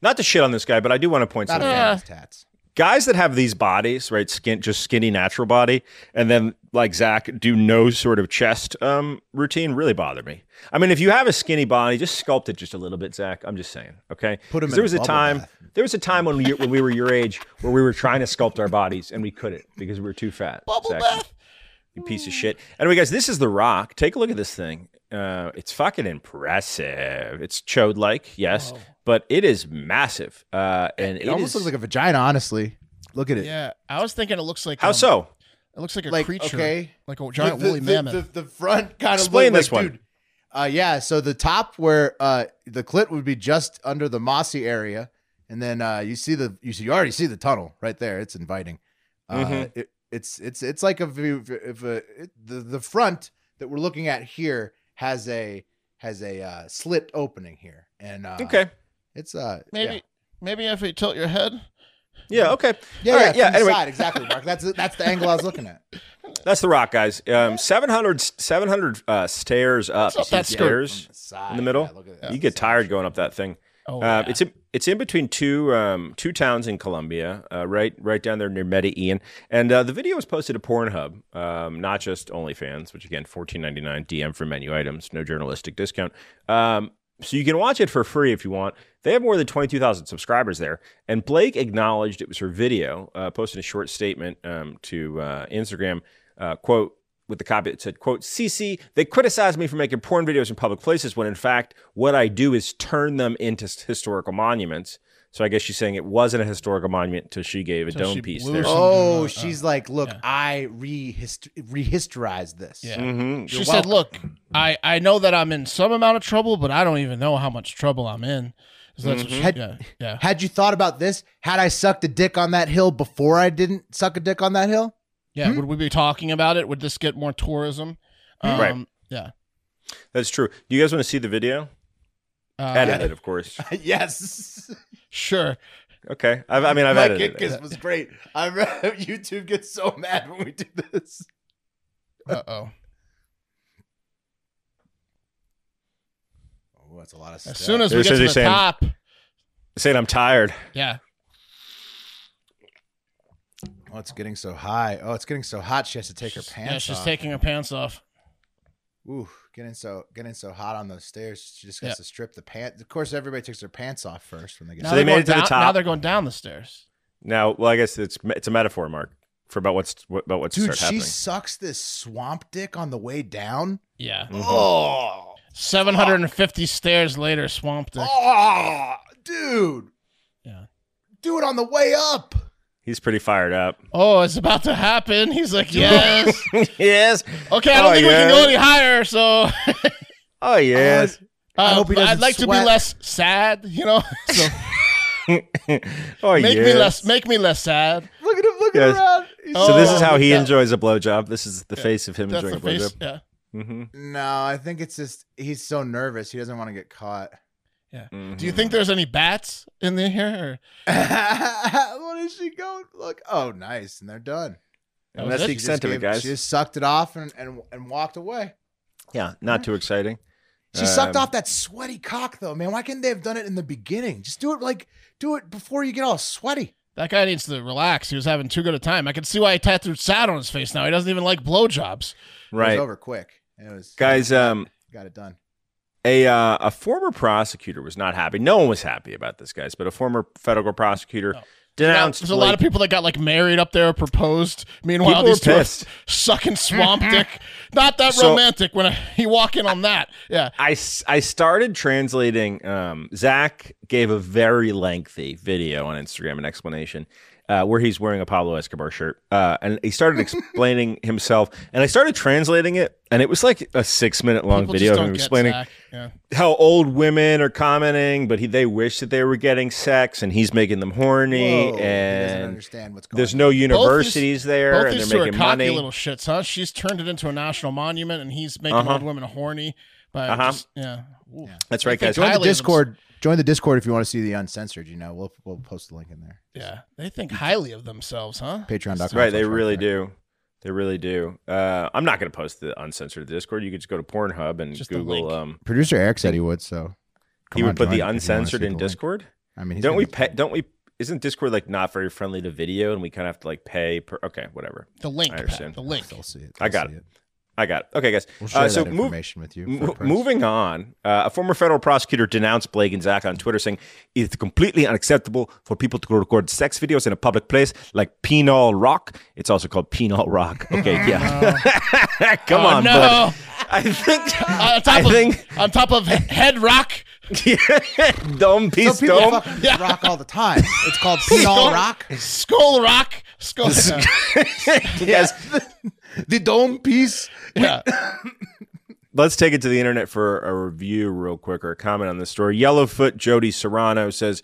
B: Not to shit on this guy, but I do want to point
C: not a
B: something. out.
C: fan of his tats.
B: guys that have these bodies, right? Skin, just skinny natural body, and then like Zach do no sort of chest um, routine really bother me. I mean, if you have a skinny body, just sculpt it just a little bit, Zach. I'm just saying, okay?
C: Put 'em
B: 'Cause
C: in a
B: there was a
C: bubble
B: time.
C: bath.
B: There was a time when we, when we were your age where we were trying to sculpt our bodies and we couldn't because we were too fat.
A: Bubble
B: Zach,
A: bath.
B: You piece of shit. Anyway, guys, this is The Rock. Take a look at this thing. Uh, it's fucking impressive. It's chode like, yes, but it is massive. Uh, and
C: It, almost looks like a vagina, honestly. Look at it.
A: Yeah, I was thinking it looks like
B: how
A: um,
B: so?
A: It looks like a
C: Like,
A: creature,
C: okay.
A: like a giant
C: the,
A: woolly
C: the,
A: mammoth.
C: The, the, front kind of
B: Explain
C: looked
B: this
C: like,
B: one.
C: Dude, uh, yeah, so the top where uh, the clit would be just under the mossy area, and then uh, you see the you see you already see the tunnel right there. It's inviting. Uh,
B: Mhm.
C: it, it's it's it's like a view if a it, the the front that we're looking at here has a has a uh, slit opening here, and uh,
B: Okay.
C: it's uh
A: maybe, maybe if you tilt your head,
B: Yeah. Okay.
C: yeah
B: All
C: yeah,
B: right,
C: yeah,
B: yeah,
C: from the
B: anyway.
C: side exactly, Mark. That's that's the angle I was looking
B: [LAUGHS]
C: at.
B: That's the rock, guys. Um, 700, 700 uh, stairs up.
A: up
B: You see
A: that
B: the
A: skirt.
B: stairs
C: Side,
B: in the middle.
C: yeah, look at that.
B: You get tired going up that thing.
A: oh,
B: uh,
A: yeah.
B: It's in, it's in between two um, two towns in Colombia, uh, right right down there near Medellin. And uh, the video was posted to Pornhub, um, not just OnlyFans, which again fourteen ninety nine DM for menu items, no journalistic discount. Um, so you can watch it for free if you want. They have more than twenty two thousand subscribers there. And Blake acknowledged it was her video, uh, posted a short statement um, to uh, Instagram. Uh, quote with the copy that said, quote, CC, they criticize me for making porn videos in public places when in fact what I do is turn them into s- historical monuments. So I guess she's saying it wasn't a historical monument until she gave a
A: Till she
B: dome piece
A: blew
B: there.
A: herself-
C: Oh,
A: Uh,
C: she's like, look, I rehist- rehistorized this.
A: Yeah.
B: hmm
A: she said, "Look, I I know that I'm in some amount of trouble, but I don't even know how much trouble I'm in." So that's what she-
C: Had-
A: yeah, yeah.
C: Had you thought about this? Had I sucked a dick on that hill before I didn't suck a dick on that hill? Hmm?
A: Yeah, would we be talking about it? Would this get more tourism?
C: Hmm.
A: Um,
B: Right.
A: Yeah.
B: That's true. Do you guys want to see the video?
A: Uh,
B: Edited, of course.
C: [LAUGHS] yes.
A: Sure.
B: Okay. I've, I mean, I've
C: My
B: edited
C: kick
B: it.
C: is- was great. I re- [LAUGHS] YouTube gets so mad when we do this.
A: Uh oh.
C: Oh, that's a lot of stuff.
A: As soon as we
B: There's
A: get to
B: Susie
A: the
B: saying-
A: top,
B: Saying I'm tired.
A: yeah.
C: oh, it's getting so high. Oh, it's getting so hot. She has to take her pants
A: yeah, she's
C: off.
A: taking her pants off.
C: Ooh, getting so getting so hot on those stairs. She just has
A: Yeah.
C: to strip the pants. Of course, everybody takes their pants off first when they get.
A: Now
B: So
A: they're
B: they made
A: going
B: it to the
A: down, Now
B: top.
A: they're going down the stairs.
B: Now, well, I guess it's it's a metaphor, Mark, for about what's what, about what's
C: Dude,
B: start
C: she
B: happening.
C: sucks this swamp dick on the way down.
A: Yeah.
B: Hmm. Mm-hmm.
C: Oh,
A: 750 stairs later, swamped it.
C: oh, dude.
A: Yeah.
C: Do it on the way up.
B: He's pretty fired up. [LAUGHS]
A: Oh, it's about to happen.
C: [LAUGHS]
A: He's like, yes.
B: yes.
A: Okay, I don't
B: Oh,
A: think we can go
B: yes.
A: any higher. So
B: Oh yes.
C: I hope he
A: but I'd
C: doesn't
A: like to
C: sweat.
A: be less sad, you know. [LAUGHS] So
B: [LAUGHS] oh
A: make
B: yes.
A: me less, make me less sad.
C: Look at him looking
B: Yes.
C: around. He's-
B: So this
A: Oh,
B: is how he
A: yeah.
B: enjoys a blowjob. This is the face of him
A: That's
B: enjoying
A: the
B: a
A: face.
B: blowjob.
A: Yeah,
B: Mm-hmm.
C: No, I think it's just he's so nervous. He doesn't want to get caught. [LAUGHS]
A: yeah.
B: Mm-hmm.
A: Do
B: Hmm.
A: you think there's any bats in there here?
C: what is she going? Look. Oh, nice. And they're done.
A: That
B: And
A: was
B: that's
A: it.
B: the
A: She
C: Just
B: extent of it,
C: gave-
B: guys.
C: She just sucked it off and and, and walked away.
B: yeah, not too exciting.
C: She sucked
B: Um,
C: off that sweaty cock though, man. Why couldn't they have done it in the beginning? Just do it like do it before you get all sweaty.
A: That guy needs to relax. He was having too good a time. I can see why he tattooed sad on his face now. He doesn't even like blowjobs.
C: It was
B: Right,
C: over quick. It was
B: guys. Um,
C: got it done.
B: a uh, a former prosecutor was not happy. No one was happy about this, guys. But a former federal prosecutor denounced.
A: There's a lot of
B: Blake-
A: people that got like married up there, proposed. Meanwhile,
B: People were
A: these two are
B: pissed.
A: sucking swamp dick. Not that
B: So-
A: romantic when [LAUGHS] I, you walk in on that. Yeah.
B: I, s- I started translating. Um, Zach gave a very lengthy video on Instagram, an explanation uh, where he's wearing a Pablo Escobar shirt. Uh, and
A: [LAUGHS]
B: he started explaining himself. And I started translating it. And it was like a six minute long
A: People
B: video
A: just
B: of
A: don't
B: him
A: get
B: explaining
A: Zach. Yeah.
B: how old women are commenting, but he, they wish that they were getting sex and he's making them
C: Whoa, he
B: horny.
C: doesn't
B: and
C: understand what's going
B: there's
C: on.
B: no universities there.
A: Both
B: and
A: these
B: they're
A: two are
B: making
A: cocky
B: money.
A: little shits, huh? She's turned it into a national monument, and he's making
B: Uh-huh.
A: old women horny. By
B: Uh-huh.
A: just- yeah. Ooh.
B: That's right,
A: They think
B: guys.
C: Join the
A: highly of
C: Discord. Join the Discord if you want to see the uncensored. You know, we'll we'll post the link in there.
A: Yeah. They think highly of themselves, huh?
C: Patreon.com.
B: Right, they
C: slash
B: really
C: Rockfire.
B: do. They really do. Uh, I'm not going to post the uncensored Discord. You could just go to Pornhub and
A: Just the
B: Google.
A: link.
B: Um,
C: Producer Eric said he would, so
B: he
C: come
B: would
C: on,
B: put
C: join
B: the
C: if you wanna see
B: uncensored
C: the
B: in
C: link.
B: Discord.
C: I mean, he's
B: don't
C: gonna
B: we
C: be-
B: pay? Don't we? Isn't Discord like not very friendly to video, and we kind of have to like pay per? Okay, whatever.
A: The link.
B: I
A: Pat,
B: understand.
A: the link.
C: They'll see it.
B: I
C: They'll
B: got
C: see
B: it. I got it. Okay, guys.
C: We'll share
B: uh, so
C: that
B: move.
C: information with you. for
B: M-
C: a price.
B: moving on, uh, a former federal prosecutor denounced Blake and Zach on Twitter, saying it's completely unacceptable for people to record sex videos in a public place like Penal Rock. It's also called Penal Rock. Okay,
A: [LAUGHS]
B: yeah. [LAUGHS] Come
A: Oh,
B: on,
A: no.
B: bud. I think.
A: on top
B: I
A: of,
B: think. [LAUGHS]
A: on top of Head Rock.
B: Dom
C: So
B: Peace
C: people
B: [LAUGHS] Dome.
C: fucking rock all the time. It's
B: [LAUGHS]
C: called Pinol Rock.
A: Skull Rock. Skull. Yeah.
B: Yes.
C: The dome piece.
A: [LAUGHS] yeah.
B: Let's take it to the internet for a review, real quick, or a comment on this story. Yellowfoot Jody Serrano says,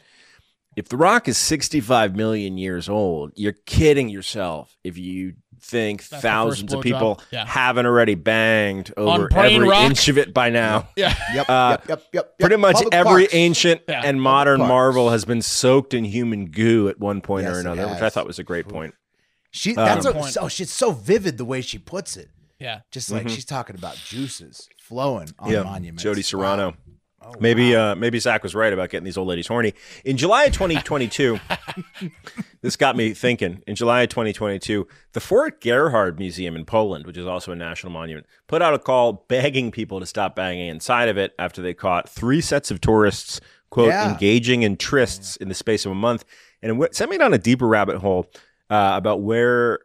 B: "If The Rock is 65 million years old, you're kidding yourself if you think
A: the
B: thousands
A: first
B: of people
A: blowjob. Yeah.
B: haven't already banged over
A: Brain
B: every
A: Rock?
B: inch of it by now."
A: Yeah.
C: Yep,
B: Uh,
C: yep, yep, yep, yep.
B: Pretty much
C: Public
B: every
C: parks.
B: ancient
A: Yeah,
B: and modern
C: parks.
B: marvel has been soaked in human goo at one point
C: Yes,
B: or
C: it
B: another, which I
C: has.
B: thought was a great point.
C: She
B: uh,
C: that's
A: Good
C: a,
A: point.
C: oh she's so vivid the way she puts it.
A: Yeah.
C: Just like she's talking about juices flowing on monuments.
B: Mm-hmm. Jody Serrano.
C: Wow. Oh,
B: Maybe uh, maybe Zach was right about getting these old ladies horny. In July of 2022, this got me thinking. In July of 2022, the Fort Gerhard Museum in Poland, which is also a national monument, put out a call begging people to stop banging inside of it after they caught three sets of tourists, quote,
C: Yeah.
B: engaging in trysts in the space of a month. And it went- sent me down a deeper rabbit hole uh, about where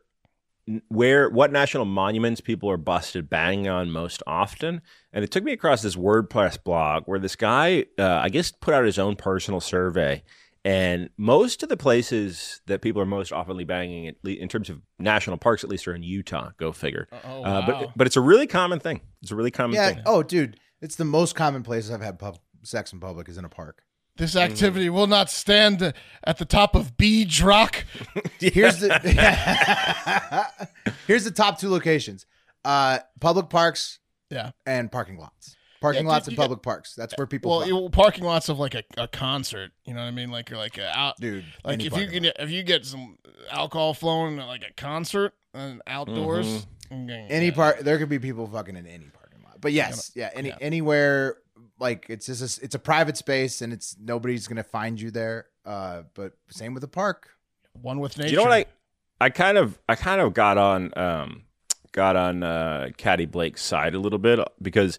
B: where what national monuments people are busted banging on most often and it took me across this wordpress blog where this guy uh, i guess put out his own personal survey and most of the places that people are most oftenly banging at le in terms of national parks at least are in utah go figure
A: Oh,
B: uh,
A: wow.
B: but but it's a really common thing it's a really common
C: Yeah.
B: thing
C: Oh, dude, it's the most common places I've had pub- sex in public is in a
A: [LAUGHS]
C: park.
A: This activity will not stand at the top of Beej Rock.
C: Here's the [LAUGHS] here's the top two locations: uh, public parks
A: Yeah.
C: and parking lots. Parking
A: Yeah,
C: lots
A: dude,
C: and
A: you
C: public parks. That's where people.
A: Well,
C: fuck.
A: you- parking lots of like a, a concert. You know what I mean? Like you're like uh, out.
C: dude,
A: Like
C: any
A: if you
C: parking
A: can,
C: lot.
A: if you get some alcohol flowing at like a concert and
B: Mm-hmm.
A: outdoors, okay,
C: any
A: yeah.
C: part, there could be people fucking in any parking lot. But yes, yeah, any
A: yeah.
C: anywhere. Like it's just a s it's a private space and it's nobody's gonna find you there. Uh, but same with the park.
A: one with nature.
B: you know what i i kind of i kind of got on um got on uh caddy blake's side a little bit uh, because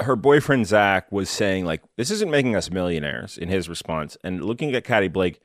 B: her boyfriend zach was saying like this isn't making us millionaires in his response and looking at caddy blake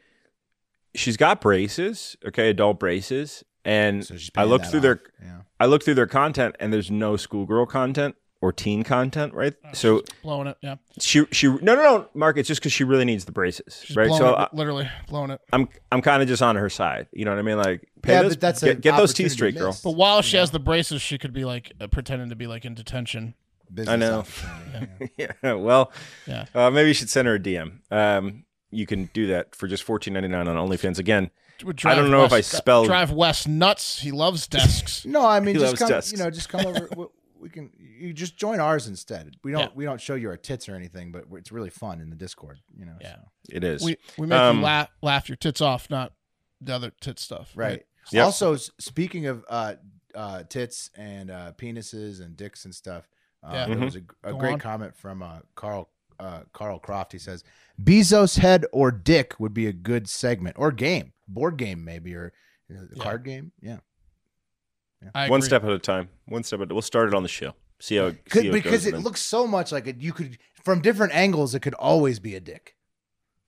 B: she's got braces okay adult braces and
C: So she's
B: i
C: paying
B: looked
C: that
B: through their
C: off. Yeah.
B: i looked through their content and there's no schoolgirl content or teen content right
A: Oh,
B: so
A: blowing it. Yeah,
B: she she no no no mark it's just because she really needs the braces
A: She's
B: right
A: blowing
B: so
A: it,
B: I-
A: literally blowing it.
B: I'm I'm kind of just on her side. You know what I mean? Like, pay
C: Yeah,
B: those,
C: but that's
B: get,
C: an
B: get those teeth
C: opportunity
B: straight, girl.
C: missed.
A: But while she has the braces, she could be like uh, pretending to be like in detention.
C: Business
B: I know.
C: opportunity,
B: [LAUGHS]
C: yeah.
B: yeah, well,
A: Yeah.
B: uh, maybe you should send her a DM. Um, you can do that for just fourteen ninety nine on OnlyFans. Again,
A: Would
B: I don't
A: drive
B: know if I
A: Wes-
B: spelled-
A: drive West nuts. He loves
B: [LAUGHS]
A: desks.
C: No, I mean
B: He
C: just
B: loves
C: come.
B: desks.
C: You know, just come over. we, we can you just join ours instead. We don't
A: Yeah.
C: we don't show you our tits or anything, but it's really fun in the Discord. You know.
A: Yeah.
C: so.
B: it is.
A: we we make
B: Um,
A: you laugh laugh your tits off, not the other tit stuff.
C: Right.
B: Yep.
C: Also, s- speaking of uh, uh, tits and uh, penises and dicks and stuff, uh,
A: Yeah.
C: there was a, a
A: Go
C: great
A: on.
C: comment from uh, Carl uh, Carl Croft. He says, "Bezos head or dick would be a good segment or game, board game maybe, or you know, the
A: Yeah.
C: card game. Yeah,
A: I
B: One
A: agree.
B: step at a time. One step at a We'll start it on the show. See how, it- see
C: Could,
B: how it
C: because
B: E goes
C: it
B: then.
C: looks so much like it. You could from different angles, it could always be a dick.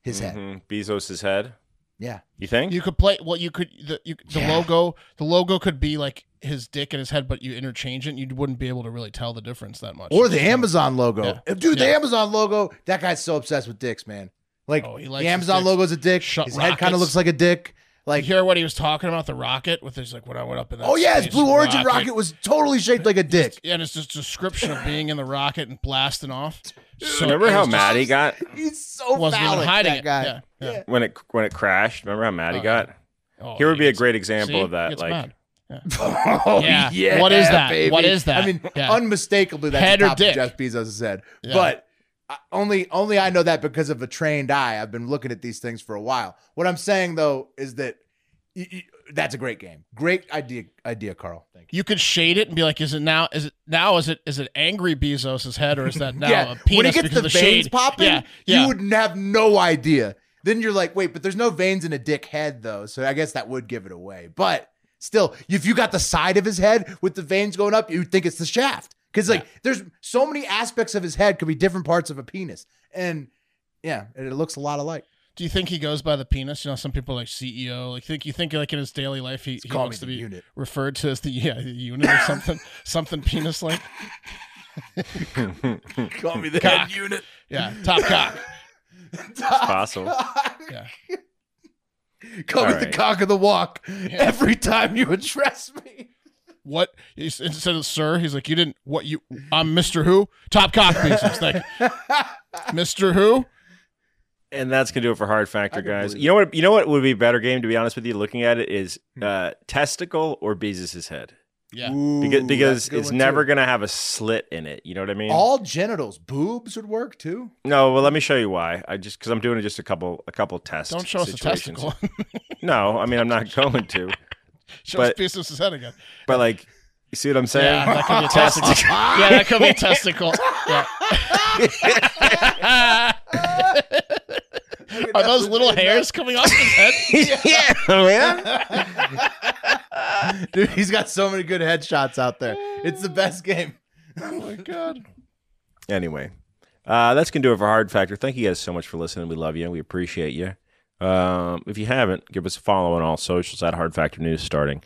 C: His head.
B: Mhm. Bezos' head.
C: Yeah.
B: You think?
A: You could play. Well, you could. The, you, the
C: Yeah.
A: logo. The logo could be like his dick and his head, but you interchange it, and you wouldn't be able to really tell the difference that much.
C: Or the Amazon logo.
A: Yeah.
C: If- Dude, the
A: Yeah.
C: Amazon logo, that guy's so obsessed with dicks, man. Like
A: Oh, he likes
C: the
A: his
C: Amazon
A: dicks.
C: logo's a dick.
A: Shut
C: His head kind of
A: rockets.
C: looks like a dick.
A: You
C: Like
A: hear what he was talking about the rocket with his like when I went up in that.
C: oh yeah, his
A: space
C: Blue Origin rocket. was totally shaped like a dick.
A: Yeah, and it's just description of being in the rocket and blasting
B: [LAUGHS]
A: off. So
B: Remember
A: it
B: how
A: was just-
B: mad he got
C: He's so
A: wasn't even
C: phallic,
A: hiding
C: that
A: it.
C: guy.
A: Yeah, yeah.
C: Yeah.
B: when it when it crashed? Remember how mad he
A: Oh,
B: got?
A: Oh,
B: Here would
A: he
B: be a
A: gets-
B: great example
A: see?
B: of that.
A: Gets
B: Like
A: mad.
C: [LAUGHS] Oh,
A: Yeah. What is that?
C: baby.
A: What is that?
C: I mean,
A: Yeah.
C: unmistakably, that's
A: Head
C: the
A: or
C: top of
A: dick?
C: Jeff Bezos' head.
A: Yeah.
C: But I- only, only I know that because of a trained eye. I've been looking at these things for a while. What I'm saying though is that y- y- that's a great game. Great idea, idea, Carl. Thank you.
A: you could shade it and be like, is it now? Is it now? Is it is it angry Bezos's head or
C: [LAUGHS]
A: is that now
C: yeah,
A: a penis
C: when it gets
A: because
C: the,
A: of the
C: veins
A: shade?
C: popping,
A: yeah, yeah.
C: you would have no idea. Then you're like, wait, but there's no veins in a dick head though, so I guess that would give it away. But still, if you got the side of his head with the veins going up, you'd think it's the shaft because like there's so many aspects of his head could be different parts of a penis, and yeah, and it looks a lot alike.
A: Do you think he goes by the penis? You know, some people are like CEO. Like think you think like in his daily life he, he
C: call me
A: wants to
C: the
A: be [LAUGHS]
C: unit.
A: referred to as the yeah the unit or
C: [LAUGHS]
A: something something penis like
C: Call me the
A: Cock.
C: unit.
A: yeah top cock
B: [LAUGHS]
C: [LAUGHS]
B: possible.
A: yeah
C: Call me
B: All
C: the
B: right.
C: cock of the walk every time you address me.
A: what he's- instead of sir he's like you didn't what you I'm Mister Who top cock Bezos like Mister Who
B: And that's gonna do it for Hard Factor,
C: I can
B: guys.
C: believe
B: You know what? You know what would be a better game to be honest with you. Looking at it is
C: Hmm.
B: uh, testicle or Bezos's head
A: yeah
B: because
C: Ooh, that's
B: because
C: a good
B: it's
C: one,
B: never
C: too.
B: gonna have a slit in it. You know what I mean?
C: all genitals, boobs would work too. [LAUGHS]
B: no. Well, let me show you why. I just because I'm doing just a couple a couple tests.
A: don't show us the testicle
B: No, I mean I'm not going to.
A: [LAUGHS] show
B: But-
A: us Bezos's head again
B: But like, you see what I'm saying?
A: Yeah, that could be a testicle. yeah, that could be a
B: [LAUGHS]
A: testicle. Yeah. Are those little hairs coming off his head?
B: [LAUGHS] yeah, man.
C: Dude, he's got so many good headshots out there. It's the best game.
A: Oh my god.
B: Anyway, uh, that's gonna do it for Hard Factor. Thank you guys so much for listening. We love you. We appreciate you. Um, if you haven't, give us a follow on all socials at Hard Factor News, starting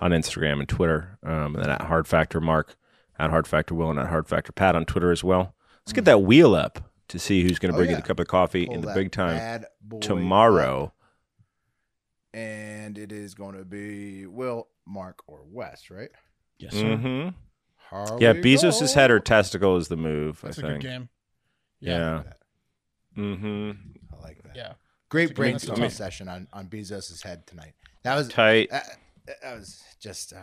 B: on Instagram and Twitter, um, and then at Hard Factor Mark, at Hard Factor Will, and at Hard Factor Pat on Twitter as well. Let's get that wheel up to see who's gonna
C: Mm. Oh,
B: bring
C: yeah.
B: you the cup of coffee
C: Pull
B: in the
C: that
B: big time
C: bad boy up.
B: tomorrow.
C: And it is going to be Will, Mark, or West, right?
A: [LAUGHS] Yes, sir.
B: hmm
C: Here
B: Yeah,
C: we
B: Bezos'
C: go.
B: head or testicle is the move.
A: That's a
B: I think.
A: good game.
B: Yeah. Mm-hmm.
C: I like that.
A: Yeah.
C: Great
A: It's a good-
C: brainstorming
A: that's a-
C: session on, on Bezos' head tonight. That was,
B: Tight.
C: that, that was just, uh,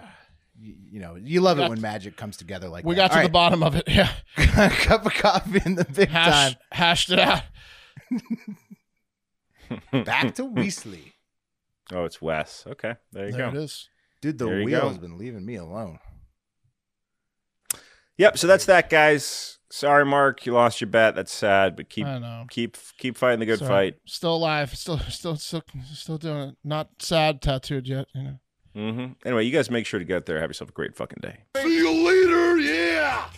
C: you, you know, you love it
A: Got-
C: when magic comes together like
A: We
C: that.
A: got to the bottom of it. [LAUGHS] Yeah.
C: [LAUGHS] the cup of coffee in the big
A: Hash, hashed it out.
C: time. Back to Weasley.
B: [LAUGHS] Oh, it's Wes. Okay, there you
A: There
B: go.
A: it is.
C: Dude, the
B: There you
C: wheel
B: go.
C: has been leaving me alone.
B: Yep. So that's that, guys. Sorry, Mark, you lost your bet. That's sad, but keep
A: I know.
B: keep keep fighting the good
A: Sorry.
B: fight.
A: Still alive. Still, still, still, still doing it. Not sad, tattooed yet. You know.
B: Mm-hmm. hmm Anyway, you guys make sure to get out there. Have yourself a great fucking day.
D: See you later, yeah!